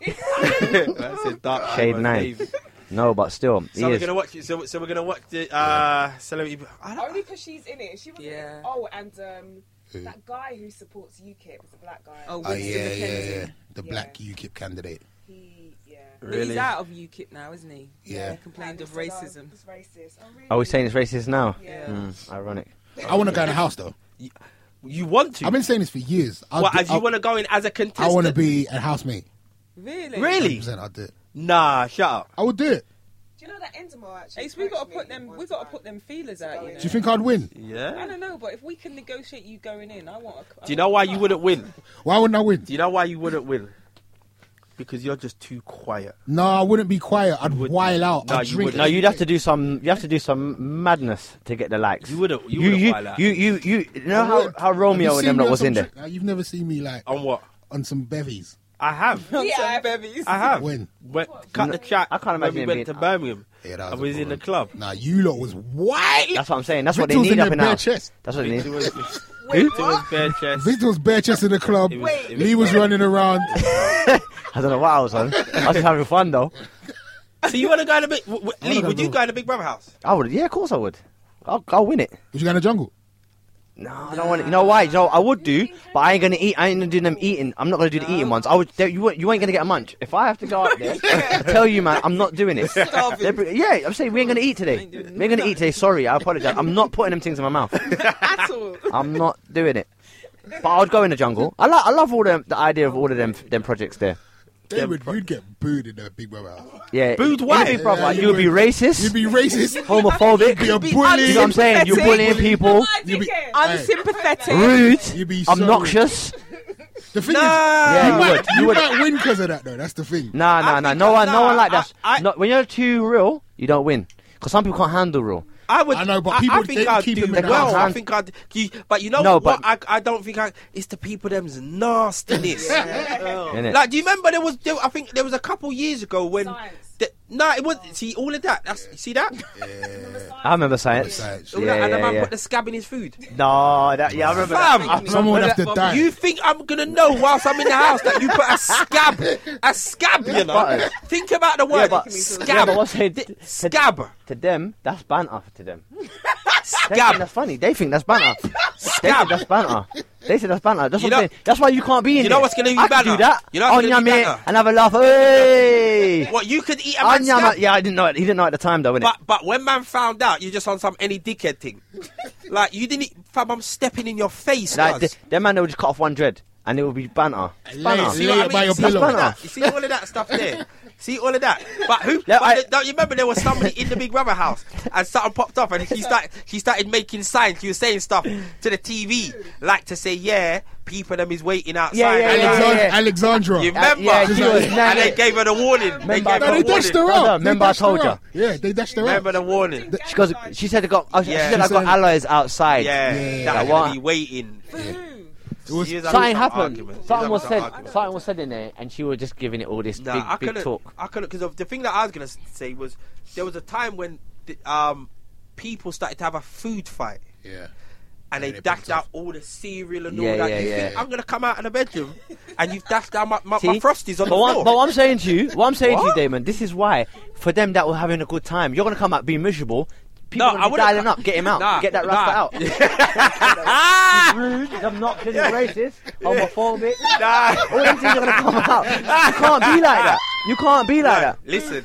That's a dark Shade blue, nine. Dave. No, but still, he So we're is. gonna watch. it- So, so we're gonna watch the uh, celebrity. I don't, Only because she's in it. If She was. Yeah. Oh, and um, Who? that guy who supports UKIP is a black guy. Oh, Oh Winston yeah, yeah, McKenzie. yeah. The black UKIP candidate. He. Yeah. But really. He's out of UKIP now, isn't he? Yeah. He complained of Like, it's racism. a lie, It's racist. Oh, really? Are we saying it's racist now? Yeah. Hmm, ironic. I want to go in the house though. You want to? I've been saying this for years. I'll What, do- as you I'll- want to go in as a contestant? I want to be a housemate. Really? Really? 100%, I'll do it. Nah, shut up. I would do it. Do you know that Endemol actually? Ace, we gotta put approached me them. one We gotta time. put them feelers out. You know? Do you think I'd win? I Yeah. don't know, but if we can negotiate you going in, I want. A, I Do you know why want a you cut. wouldn't win? Why wouldn't I win? Do you know why you wouldn't win? Because you're just too quiet. No, I wouldn't be quiet. I'd would- while out. No, I'd you drink. wouldn't. No, you'd have to do some. You have to do some madness to get the likes. You would've- you You would've you while out. you, you, you, you know I how, would. how Have Romeo you and seen them me lot on was some in there. tri- Like, you've never seen me like On what? on some bevies. I have. Some Yeah. bevies. I have. When? Went, cut the chat. I can't imagine when him we went being- to Birmingham. Yeah, that I was a was Oh, in the problem. club. Nah, you lot was white. That's what I'm saying. That's what they Victor's need in up their in bare house. chest. That's what they Victor need. was, Who? Victor was bare chest. Victor was bare chest in the club. It was- it was- Lee was running around. I don't know what I was on. I was just having fun though. So you want to go to Big w- w- wanna Lee? go Would you to- go to the Big Brother house? I would, yeah, of course I would. I'll, I'll win it. Would you go in the jungle? No, I don't want it. You know why? You know, I would do, but I ain't gonna eat. I ain't gonna do them eating. I'm not gonna do the eating ones. I would. They, you won't- you ain't gonna get a munch. If I have to go up there, I tell you, man, I'm not doing it. Starving. They're br- Yeah, I'm saying we ain't gonna eat today. We ain't gonna eat today. Sorry, I apologize. I'm not putting them things in my mouth. At all. I'm not doing it. But I would go in the jungle. I, lo- I love all them. The idea of all of them them projects there. They would, you'd get booed in the Big Brother house. Yeah, Booed in why? the Big Brother, Yeah, you would be you would- racist, You'd be racist. homophobic. You'd be a bully. You know what I'm saying? You're bullying Sympathetic. people, You'd be, Hey, Unsympathetic. rude, You'd be so- obnoxious. The thing Yeah, is, you might, would, you you would. might win because of that, though. That's the thing. Nah, nah, nah. think No I- one, no nah, one like that. I- I- No, when you're too real, you don't win. Because some people can't handle real. I would. I know, but I- I, people- think they I'd keep do him in well. the I house. think I'd. You, but you know No, what? but- I, I don't think I. It's the people them's nastiness. Oh. innit? Like, do you remember there was? There, I think there was a couple years ago when. The, no, it was. See all of that. That's see that. I remember science. Science. All Yeah, that and the yeah, man yeah. put the scab in his food. No, that, yeah, I remember that. Fam, I remember Someone would have that. to die. You think I'm gonna know whilst I'm in the house that you put a scab, a scab, you know? Butters. Think about the word Yeah, but- scab, yeah, but what's it- Th- scab, To them, that's banter. To them, they think scab. that's funny. They think that's banter. They think that's banter. They think that's banter. That's You what know- I'm saying. That's why you can't be in You know there. what's gonna be I could banter? do that. You know what's on gonna be your banter? mate and have a laugh. Hey, What you could eat a on man's your scab, mate. Yeah, I didn't know it. He didn't know at the time though, innit? but but when man found out, you just on some any dickhead thing. like you didn't, eat- fam. I'm stepping in your face, Like, cuz. th- them man, they would just cut off one dread and it would be banter. It's Lay- banter. See what Lay I it by mean? your See all pillow. of that. You see all of that stuff there. See all of that. But who? No, but I- the- don't you remember there was somebody in the Big Brother house and something popped up and she started she started making signs. She was saying stuff to the TV like to say, "Yeah, people them is waiting outside." Yeah, yeah, And yeah, I- Alexand- yeah. Alexandra. You remember? yeah, she was and they nagging. gave her the warning. They Remember- gave No, her they the dashed warning. her Brother, out. They remember I dashed her told ya. out. Yeah, they dashed her Remember out. the warning. She goes. She said I got. Oh, Yeah. She said I got She said- allies outside. Yeah, Yeah. that Like, was gonna what? be waiting. It was- She was having Something some happened. argument. She Something having was some said. argument. Something was said in there, and she was just giving it all this No, big, I big couldn't. talk. I couldn't because the thing that I was gonna say was there was a time when the, um, people started to have a food fight Yeah. and Yeah, they they dashed bumped off. out all the cereal and Yeah, all that. yeah, you yeah. think I'm gonna come out in the bedroom and you've dashed down my, my, my See? frosties on But the what, floor? but what I'm saying to you, what I'm saying to you, What? Damon, this is why for them that were having a good time, you're gonna come out being miserable. People No, I are gonna be wouldn't- dialing up. Get him out. Nah, get that nah. rasta out. Rude, obnoxious, racist, homophobic. Nah. All them things are gonna come out. You can't be like that. You can't be like that. Listen,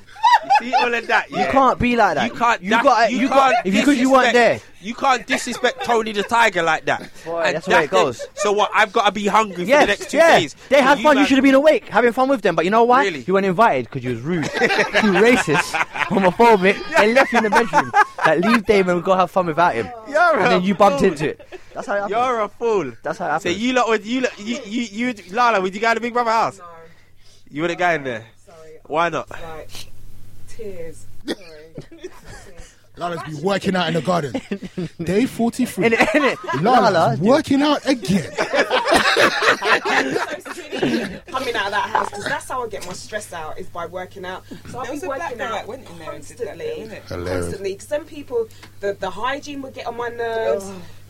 you see all of that. You can't be like that. You can't. You that- got. You got. If you because you weren't there. disrespect- You can't disrespect Tony the Tiger like that. Boy, that's where it then- goes. so what? I've got to be hungry for Yes, the next two yeah. days. They So had fun. You man- should have been awake, having fun with them. But you know why? Really? You weren't invited because you was rude, you racist, homophobic. They left you in the bedroom. Like leave Damon and go have fun without him. You're and a then you bumped fool. into it. That's how it happened. You're a fool. That's how it So happened. you lot would you lot, you you you would- Lala would you go to Big Brother house? No, You would have gone there. sorry. Why not? Like, tears. Sorry. Lala's be working out in the garden. Day 43. in it, in it. Lala's Lala, working out again. so silly coming out of that house because that's how I get my stress out is by working out. So I'll There be was a black working girl out that went in there and did that, constantly, though, innit? Hilarious. constantly. 'Cause some people, the the hygiene would get on my nerves.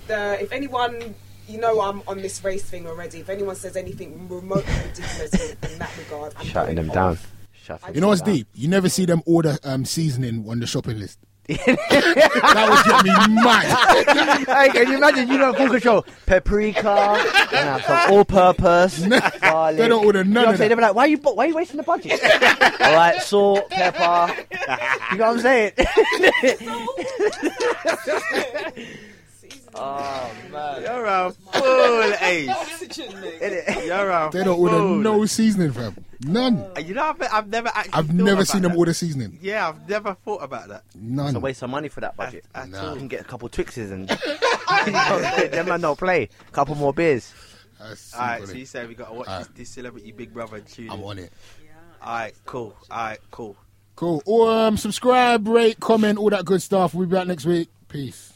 The if anyone. You know I'm on this race thing already. If anyone says anything remotely ridiculous in that regard, I'm shutting going them down. off. Shutting You know what's them down. deep? You never see them order um, seasoning on the shopping list. that would get me mad. hey, can you imagine? You know, full control. Paprika, and have some all-purpose. garlic. they don't order none you know what of that. I'm saying? They'll be like, "Why are you? bu- Why are you wasting the budget? All right, salt, pepper. You know what I'm saying? oh man. You're a fool, Ace. Oxygen, mate. Innit? You're a They don't order fool. no seasoning, fam. None. You know, I've, I've never actually. I've thought never Oh. about seen them that. order seasoning. Yeah, I've never thought about that. None. It's a waste of money for that budget. At- at Nah. You can get a couple Twixes and them man don't play. Couple more beers. That's All right, simple. so you say we gotta watch Alright. this, this celebrity Big Brother and tune. I'm on it. All right, cool. All right, cool. Cool. Or um, subscribe, rate, comment, all that good stuff. We'll be back next week. Peace.